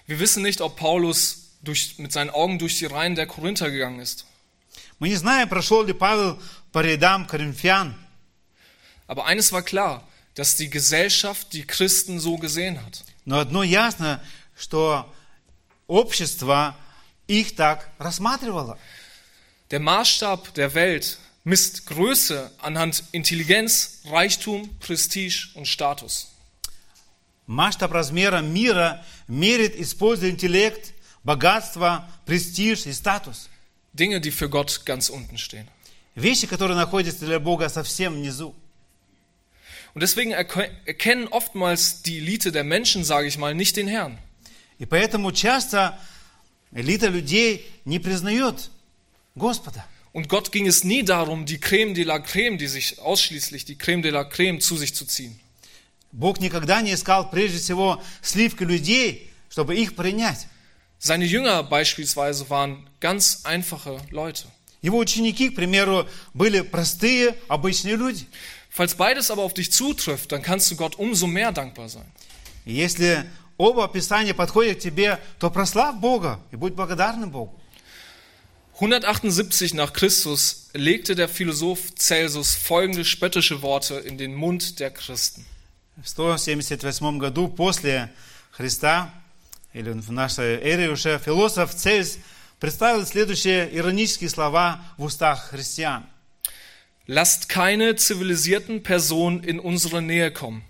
[SPEAKER 1] Wir wissen nicht, ob Paulus durch, mit seinen Augen durch die Reihen der Korinther gegangen ist.
[SPEAKER 2] Мы не знаем, прошел ли Павел по рядам коринфян,
[SPEAKER 1] Aber eines war klar, dass die Gesellschaft die Christen so gesehen hat.
[SPEAKER 2] Но одно ясно, что общество их так рассматривало.
[SPEAKER 1] Der Maßstab der Welt misst Größe anhand Intelligenz, Reichtum, Prestige und Status.
[SPEAKER 2] Масштаб размера мира мерит, используя интеллект, богатство, престиж и статус.
[SPEAKER 1] Dinge, die für Gott ganz unten stehen.
[SPEAKER 2] Вещи, которые находятся для Бога совсем внизу.
[SPEAKER 1] Und deswegen erke- erkennen oftmals die Elite der Menschen, sage ich mal, nicht den Herrn.
[SPEAKER 2] И поэтому часто элита людей не признает Господа.
[SPEAKER 1] Und Gott ging es nie darum, die Creme de la Creme, die sich ausschließlich die Creme de la Creme zu sich zu ziehen.
[SPEAKER 2] Бог никогда не искал прежде всего сливки людей, чтобы их принять.
[SPEAKER 1] Seine Jünger beispielsweise waren ganz einfache Leute.
[SPEAKER 2] Его ученики, к примеру, были простые, обычные люди.
[SPEAKER 1] Falls beides aber auf dich zutrifft, dann kannst du Gott umso mehr dankbar sein.
[SPEAKER 2] И если оба описания подходят к тебе, то прослав Бога и будь благодарным Богу.
[SPEAKER 1] 178 nach Christus legte der Philosoph Celsus folgende spöttische Worte in den Mund der Christen.
[SPEAKER 2] В 178 году после Христа, или в нашей эре уже, философ Цельс представил следующие иронические слова в устах христиан.
[SPEAKER 1] Lasst keine zivilisierten Personen in unsere Nähe kommen.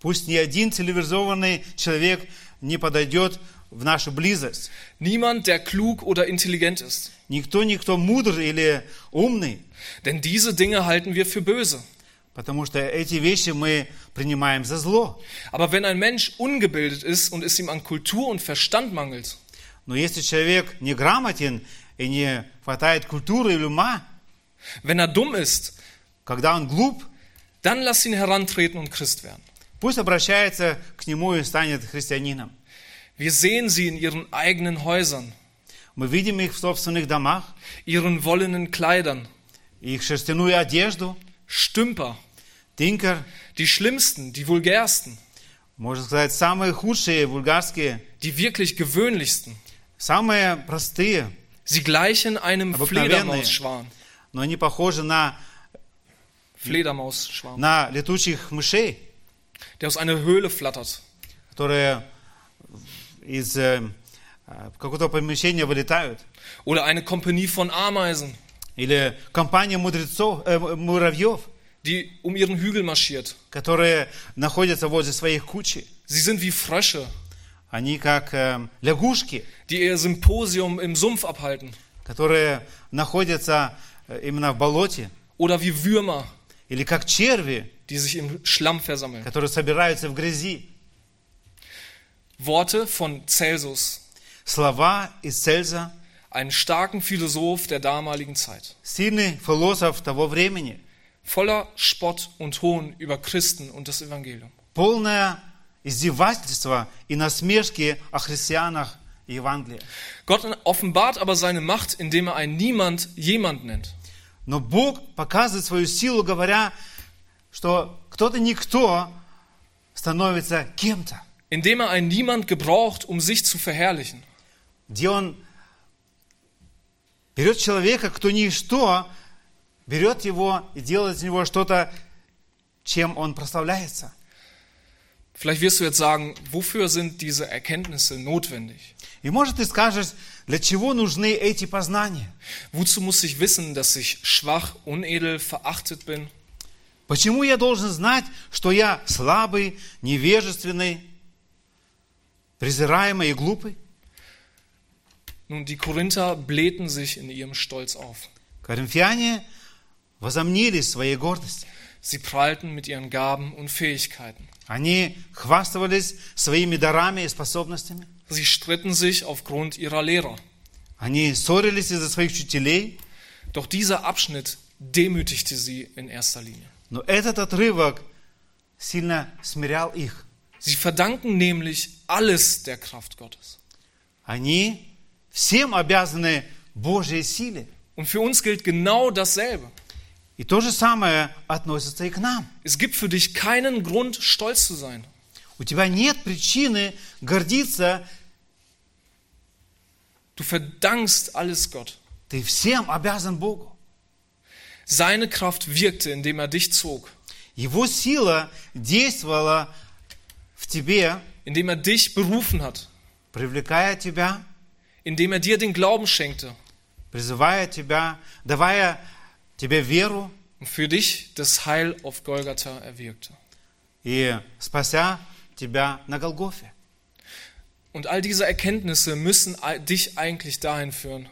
[SPEAKER 2] Пусть ни один цивилизованный человек не подойдет в нашу близость.
[SPEAKER 1] Niemand, der klug oder intelligent ist.
[SPEAKER 2] Никто, никто мудр или умный,
[SPEAKER 1] Denn diese Dinge halten wir für böse.
[SPEAKER 2] потому что эти вещи мы принимаем за зло.
[SPEAKER 1] Aber wenn ein Mensch ungebildet ist und es ihm an Kultur und Verstand mangelt,
[SPEAKER 2] Но если человек неграмотен и не хватает культуры или ума,
[SPEAKER 1] wenn er dumm ist,
[SPEAKER 2] когда он глуп,
[SPEAKER 1] dann lass ihn herantreten und Christ werden.
[SPEAKER 2] пусть обращается к нему и станет христианином.
[SPEAKER 1] Wir sehen sie in ihren eigenen Häusern,
[SPEAKER 2] Мы видим их в собственных домах,
[SPEAKER 1] ihren wollenen Kleidern,
[SPEAKER 2] их шерстяную одежду,
[SPEAKER 1] Stümper,
[SPEAKER 2] тинкер,
[SPEAKER 1] die schlimmsten, die vulgärsten,
[SPEAKER 2] можно сказать, самые худшие, вульгарские,
[SPEAKER 1] die wirklich gewöhnlichsten.
[SPEAKER 2] самые простые,
[SPEAKER 1] Sie gleichen einem
[SPEAKER 2] Aber Klavier,
[SPEAKER 1] Fledermausschwarm.
[SPEAKER 2] но они похожи на,
[SPEAKER 1] Fledermausschwarm,
[SPEAKER 2] на летучих мышей,
[SPEAKER 1] der aus einer Höhle flattert.
[SPEAKER 2] которые из э, э, какого-то помещения вылетают.
[SPEAKER 1] Oder eine Kompanie von Ameisen,
[SPEAKER 2] Или компания мудрецов, э, муравьев,
[SPEAKER 1] die um ihren Hügel marschiert.
[SPEAKER 2] которые находятся возле своих кучи.
[SPEAKER 1] Sie sind wie Frösche,
[SPEAKER 2] Они как э, лягушки,
[SPEAKER 1] die ihr Symposium im Sumpf abhalten.
[SPEAKER 2] которые находятся э, именно в болоте.
[SPEAKER 1] Oder wie Würmer,
[SPEAKER 2] Или как черви,
[SPEAKER 1] die sich im Schlamm versammeln.
[SPEAKER 2] которые собираются в грязи.
[SPEAKER 1] Worte von Celsus,
[SPEAKER 2] Слова из Цельза,
[SPEAKER 1] einem starken Philosoph der damaligen Zeit.
[SPEAKER 2] сильный философ того времени.
[SPEAKER 1] Voller Spott und Hohn über Christen und das Evangelium.
[SPEAKER 2] Полное издевательство и насмешки о христианах и Евангелии.
[SPEAKER 1] Gott offenbart aber seine Macht, indem er ein Niemand jemand nennt.
[SPEAKER 2] Но Бог показывает свою силу, говоря, что кто-то никто становится кем-то,
[SPEAKER 1] Indem er ein Niemand gebraucht, um sich zu verherrlichen.
[SPEAKER 2] где Он берет человека, кто ничто, берет его и делает из него что-то, чем он прославляется.
[SPEAKER 1] Vielleicht wirst du jetzt sagen, wofür sind diese Erkenntnisse notwendig?
[SPEAKER 2] И может ты скажешь, для чего нужны эти познания?
[SPEAKER 1] Wozu muss ich wissen, dass ich schwach, unedel, verachtet bin?
[SPEAKER 2] Почему я должен знать, что я слабый, невежественный, презираемый и глупый?
[SPEAKER 1] Nun, die Korinther blähten sich in ihrem Stolz auf.
[SPEAKER 2] Коринфяне возомнились своей гордости.
[SPEAKER 1] Sie prahlten mit ihren Gaben und Fähigkeiten.
[SPEAKER 2] Они хвастывались своими дарами и способностями.
[SPEAKER 1] Sie stritten sich aufgrund ihrer Lehrer.
[SPEAKER 2] Они ссорились из-за своих учителей.
[SPEAKER 1] Doch dieser Abschnitt demütigte sie in erster Linie.
[SPEAKER 2] Но этот отрывок сильно смирял их.
[SPEAKER 1] Sie verdanken nämlich alles der Kraft Gottes.
[SPEAKER 2] Они всем обязаны Божьей силе.
[SPEAKER 1] Und für uns gilt genau dasselbe.
[SPEAKER 2] И то же самое относится и к нам.
[SPEAKER 1] Es gibt für dich keinen Grund, stolz zu sein.
[SPEAKER 2] У тебя нет причины гордиться,
[SPEAKER 1] Du verdankst alles Gott.
[SPEAKER 2] ты всем обязан Богу.
[SPEAKER 1] Seine Kraft wirkte, indem er dich zog,
[SPEAKER 2] Его сила действовала в тебе,
[SPEAKER 1] indem er dich berufen hat,
[SPEAKER 2] привлекая тебя,
[SPEAKER 1] indem er dir den Glauben schenkte
[SPEAKER 2] призывая тебя, давая тебе веру
[SPEAKER 1] und für dich das Heil auf Golgatha erwirkte.
[SPEAKER 2] и спася тебя на Голгофе.
[SPEAKER 1] Und all diese Erkenntnisse müssen ei- dich eigentlich dahin führen,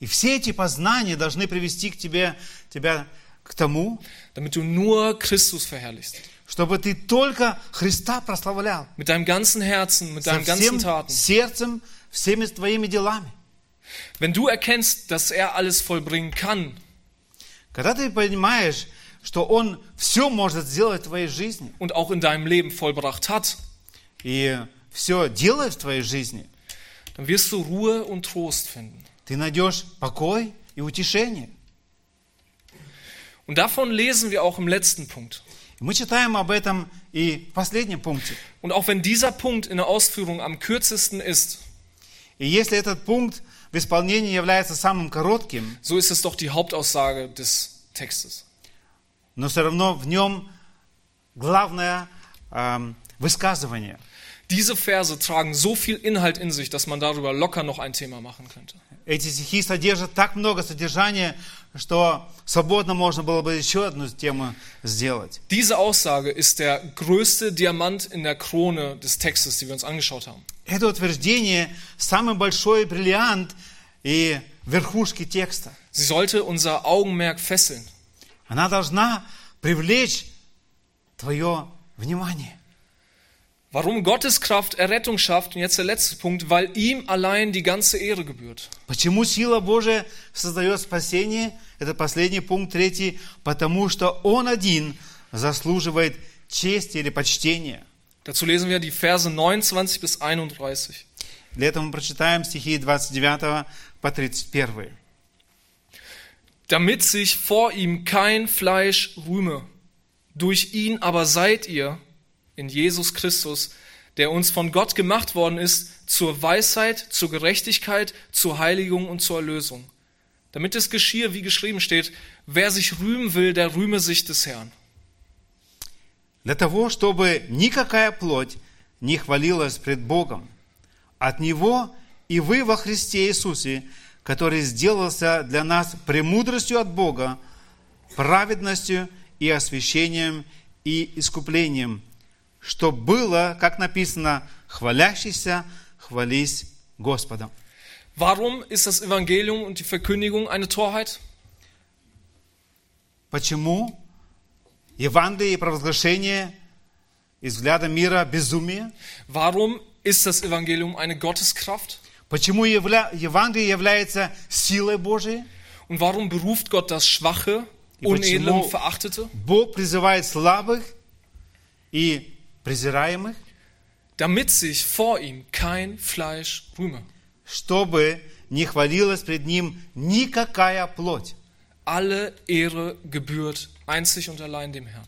[SPEAKER 2] И все эти познания должны привести к тебе, тебя к тому,
[SPEAKER 1] damit du nur Christus verherrlichst.
[SPEAKER 2] чтобы ты только Христа прославлял
[SPEAKER 1] Mit deinem ganzen Herzen, mit
[SPEAKER 2] со
[SPEAKER 1] deinen ganzen
[SPEAKER 2] всем
[SPEAKER 1] Taten.
[SPEAKER 2] сердцем, всеми твоими делами.
[SPEAKER 1] Wenn du erkennst, dass er alles vollbringen kann
[SPEAKER 2] Когда ты понимаешь, что Он все может сделать в твоей жизни,
[SPEAKER 1] und auch in deinem Leben vollbracht hat,
[SPEAKER 2] и все делает в твоей жизни,
[SPEAKER 1] dann wirst du Ruhe und Trost finden.
[SPEAKER 2] ты найдешь покой и утешение.
[SPEAKER 1] Und davon lesen wir auch im letzten Punkt.
[SPEAKER 2] И мы читаем об этом и в последнем пункте.
[SPEAKER 1] Und auch wenn dieser Punkt in der Ausführung am kürzesten ist,
[SPEAKER 2] И если этот пункт в исполнении является самым коротким,
[SPEAKER 1] so ist es doch die Hauptaussage des Textes.
[SPEAKER 2] но все равно в нем главное эм, высказывание.
[SPEAKER 1] Diese Verse tragen so viel Inhalt in sich, dass man darüber locker noch ein Thema machen könnte.
[SPEAKER 2] Эти стихи содержат так много содержания, что свободно можно было бы еще одну тему сделать.
[SPEAKER 1] Diese Aussage ist der größte Diamant in der Krone des Textes, die wir uns angeschaut haben.
[SPEAKER 2] Это утверждение – самый большой бриллиант и верхушки текста.
[SPEAKER 1] Sie sollte unser Augenmerk fesseln.
[SPEAKER 2] Она должна привлечь твое внимание.
[SPEAKER 1] Warum Gottes Kraft Errettung schafft, und jetzt der letzte Punkt, weil ihm allein die ganze Ehre gebührt.
[SPEAKER 2] Почему сила Божия создает спасение? Это последний пунkt, третий. Потому что Он один заслуживает чести или почтения.
[SPEAKER 1] Dazu lesen wir die Verse 29 bis 31.
[SPEAKER 2] Для этого мы прочитаем стихи 29 по 31.
[SPEAKER 1] damit sich vor ihm kein Fleisch rühme. Durch ihn aber seid ihr in Jesus Christus, der uns von Gott gemacht worden ist, zur Weisheit, zur Gerechtigkeit, zur Heiligung und zur Erlösung. Damit es geschehe, wie geschrieben steht, wer sich rühmen will, der rühme sich des Herrn.
[SPEAKER 2] Для того, чтобы никакая плоть не хвалилась пред Богом. От Него и вы во Христе Иисусе, который сделался для нас премудростью от Бога, праведностью и освящением и искуплением, что было, как написано, хвалящийся, хвались Господом.
[SPEAKER 1] Warum ist das Evangelium und die Verkündigung eine Torheit?
[SPEAKER 2] Почему Евангелие и провозглашение из взгляда мира безумие?
[SPEAKER 1] Warum ist das Evangelium eine Gotteskraft?
[SPEAKER 2] Почему явля- Евангелие является силой Божией?
[SPEAKER 1] Und warum beruft Gott das Schwache,
[SPEAKER 2] Ich wollte
[SPEAKER 1] Unedle
[SPEAKER 2] nur-
[SPEAKER 1] und Verachtete?
[SPEAKER 2] Бог призывает слабых и презираемых,
[SPEAKER 1] damit sich vor ihm kein Fleisch rühme.
[SPEAKER 2] чтобы не хвалилась пред Ним никакая плоть.
[SPEAKER 1] Alle Ehre gebührt einzig und allein dem Herrn.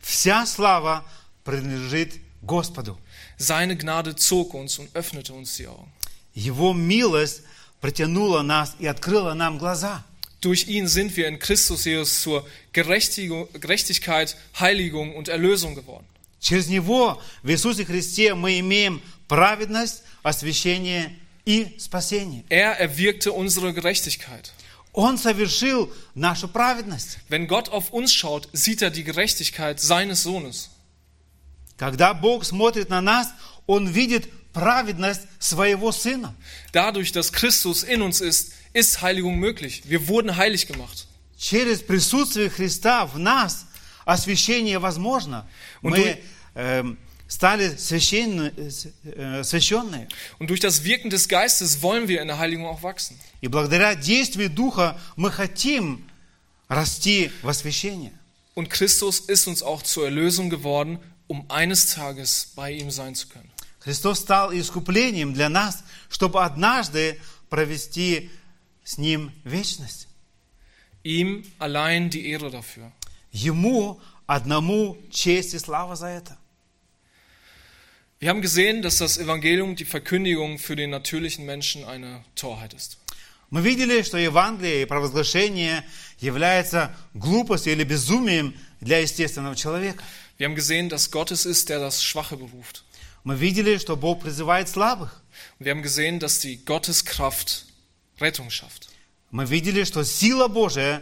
[SPEAKER 2] Вся слава принадлежит Господу.
[SPEAKER 1] Seine Gnade zog uns und öffnete uns die Augen.
[SPEAKER 2] Его милость протянула нас и открыла нам глаза.
[SPEAKER 1] Durch ihn sind wir in Christus Jesus zur Gerechtigung- Gerechtigkeit, Heiligung und Erlösung geworden.
[SPEAKER 2] Через Него в Иисусе Христе мы имеем праведность, освящение и спасение.
[SPEAKER 1] Er erwirkte unsere Gerechtigkeit.
[SPEAKER 2] Он совершил нашу праведность.
[SPEAKER 1] Wenn Gott auf uns schaut, sieht er die Gerechtigkeit seines Sohnes.
[SPEAKER 2] Когда Бог смотрит на нас, Он видит праведность своего Сына.
[SPEAKER 1] Dadurch, dass Christus in uns ist, ist Heiligung möglich. Wir wurden heilig gemacht.
[SPEAKER 2] Через присутствие Христа в нас освящение возможно.
[SPEAKER 1] Он
[SPEAKER 2] Мы эм, стали священны- э, с- э, священные.
[SPEAKER 1] Und durch das Wirken des Geistes wollen wir in der Heiligung auch wachsen.
[SPEAKER 2] И благодаря действию Духа мы хотим расти в освящение.
[SPEAKER 1] Und Christus ist uns auch zur Erlösung geworden, um eines Tages bei ihm sein zu können.
[SPEAKER 2] Христос стал искуплением для нас, чтобы однажды провести с Ним вечность.
[SPEAKER 1] Ihm allein die Ehre dafür.
[SPEAKER 2] Ему одному честь и слава за это.
[SPEAKER 1] Wir haben gesehen, dass das Evangelium, die Verkündigung für den natürlichen Menschen eine Torheit ist.
[SPEAKER 2] Мы видели, что Евангелие и провозглашение является глупостью или безумием для естественного человека.
[SPEAKER 1] Wir haben gesehen, dass Gott es ist, der das Schwache beruft.
[SPEAKER 2] Мы видели, что Бог призывает слабых.
[SPEAKER 1] Und wir haben gesehen, dass die Gotteskraft Rettung schafft.
[SPEAKER 2] Мы видели, что сила Божия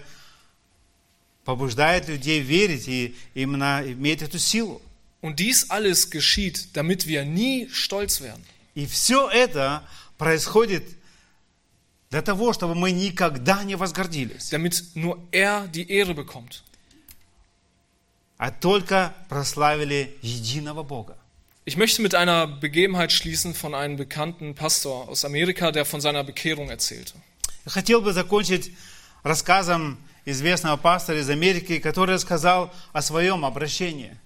[SPEAKER 2] побуждает людей верить и именно иметь эту силу.
[SPEAKER 1] Und dies alles geschieht, damit wir nie stolz werden.
[SPEAKER 2] И все это происходит для того, чтобы мы никогда не возгордились,
[SPEAKER 1] Damit nur er die Ehre bekommt.
[SPEAKER 2] а только прославили единого Бога.
[SPEAKER 1] Ich möchte mit einer Begebenheit schließen von einem bekannten Pastor aus Amerika, der von seiner Bekehrung erzählte.
[SPEAKER 2] Я Хотел бы закончить рассказом известного пастора из Америки, который рассказал о своем обращении.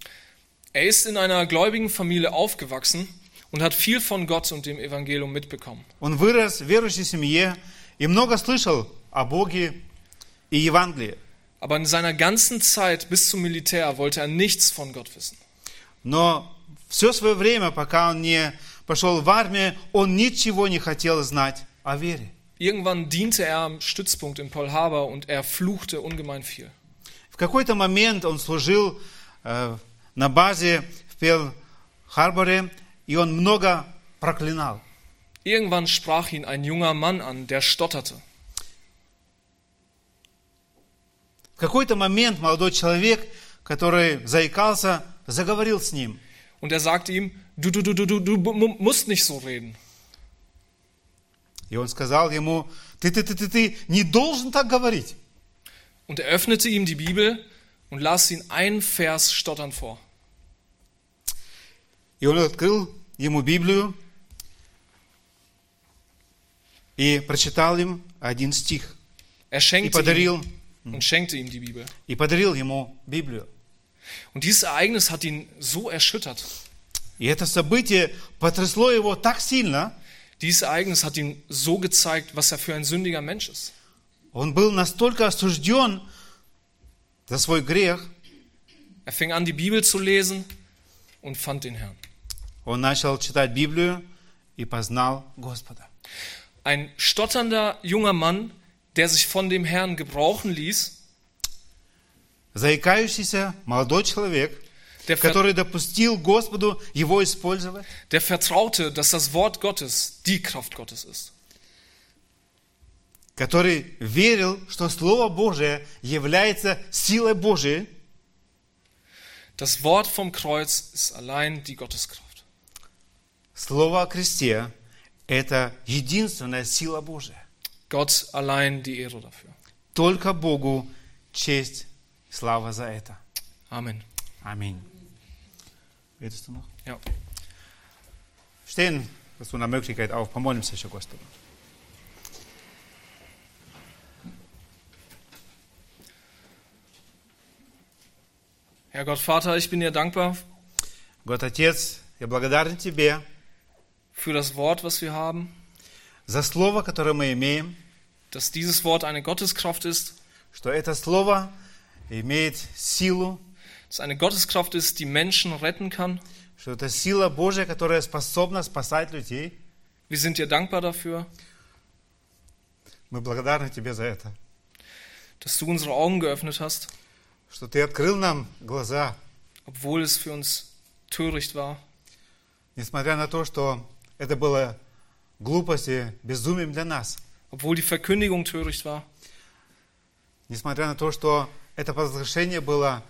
[SPEAKER 1] Er ist in einer gläubigen Familie aufgewachsen und hat viel von Gott und dem Evangelium mitbekommen.
[SPEAKER 2] Он вырос в верующей семье и много слышал о Боге и Евангелии.
[SPEAKER 1] Aber in seiner ganzen Zeit bis zum Militär wollte er nichts von Gott wissen.
[SPEAKER 2] Но все свое время, пока он не пошел в армию, он ничего не хотел знать о вере.
[SPEAKER 1] Irgendwann diente er am Stützpunkt in Paul Harbor und er fluchte ungemein viel.
[SPEAKER 2] В какой-то момент он служил э, на базе в Перл-Харборе, и он много проклинал.
[SPEAKER 1] Irgendwann sprach ihn ein junger Mann an, der stotterte.
[SPEAKER 2] В какой-то момент молодой человек, который заикался, заговорил с ним.
[SPEAKER 1] Und er sagte ihm, du, du, du, du, du, du mu- musst nicht so reden.
[SPEAKER 2] И он сказал ему, ты, ты, ты, ты, ты не должен так говорить.
[SPEAKER 1] Und er öffnete ihm die Bibel und las ihn einen Vers stotternd vor.
[SPEAKER 2] И он открыл ему Библию и прочитал им один стих.
[SPEAKER 1] Er
[SPEAKER 2] И
[SPEAKER 1] schenkte ihm,
[SPEAKER 2] подарил,
[SPEAKER 1] und schenkte ihm die Bibel.
[SPEAKER 2] и подарил ему Библию.
[SPEAKER 1] Und dieses Ereignis hat ihn so erschüttert.
[SPEAKER 2] И это событие потрясло его так сильно,
[SPEAKER 1] Dieses Ereignis hat ihm so gezeigt, was er für ein sündiger Mensch ist.
[SPEAKER 2] он был настолько осужден за свой грех,
[SPEAKER 1] Er fing an, die Bibel zu lesen und fand den Herrn.
[SPEAKER 2] он начал читать Библию и познал Господа.
[SPEAKER 1] Ein stotternder junger Mann, der sich von dem Herrn gebrauchen ließ,
[SPEAKER 2] Заикающийся молодой человек,
[SPEAKER 1] der, ver
[SPEAKER 2] который допустил Господу его использовать,
[SPEAKER 1] der vertraute, dass das Wort Gottes die Kraft Gottes ist.
[SPEAKER 2] который верил, что Слово Божие является силой Божией,
[SPEAKER 1] Das Wort vom Kreuz ist allein die Gotteskraft.
[SPEAKER 2] Слово о кресте – это единственная сила Божия.
[SPEAKER 1] Gott allein die Ehre dafür.
[SPEAKER 2] Только Богу честь, и слава за это.
[SPEAKER 1] Amen.
[SPEAKER 2] Аминь. Redest du noch?
[SPEAKER 1] Ja.
[SPEAKER 2] Stehen, dass du eine Möglichkeit auf. Помолимся еще, Господи.
[SPEAKER 1] Herr Gott Vater, ich bin dir dankbar
[SPEAKER 2] Год Отец, я благодарен Тебе
[SPEAKER 1] für das Wort, was wir haben,
[SPEAKER 2] за слово, которое мы имеем,
[SPEAKER 1] dass dieses Wort eine Gotteskraft ist,
[SPEAKER 2] что это слово имеет силу,
[SPEAKER 1] dass eine Gotteskraft ist, die Menschen retten kann.
[SPEAKER 2] что это сила Божья, которая способна спасать людей.
[SPEAKER 1] Wir sind dir dankbar dafür,
[SPEAKER 2] Мы благодарны Тебе за это,
[SPEAKER 1] dass du unsere Augen geöffnet hast,
[SPEAKER 2] что Ты открыл нам глаза,
[SPEAKER 1] obwohl es für uns töricht war.
[SPEAKER 2] несмотря на то, что это было глупости, безумием для нас,
[SPEAKER 1] obwohl die Verkündigung töricht war,
[SPEAKER 2] несмотря на то, что это возглашение было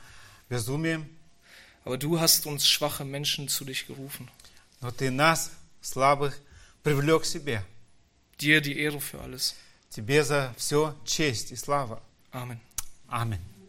[SPEAKER 2] безумием,
[SPEAKER 1] aber du hast uns schwache Menschen zu dich gerufen.
[SPEAKER 2] но Ты нас, слабых, привлек к себе.
[SPEAKER 1] Dir die Ehre für alles.
[SPEAKER 2] Тебе за все честь и слава.
[SPEAKER 1] Amen.
[SPEAKER 2] Аминь.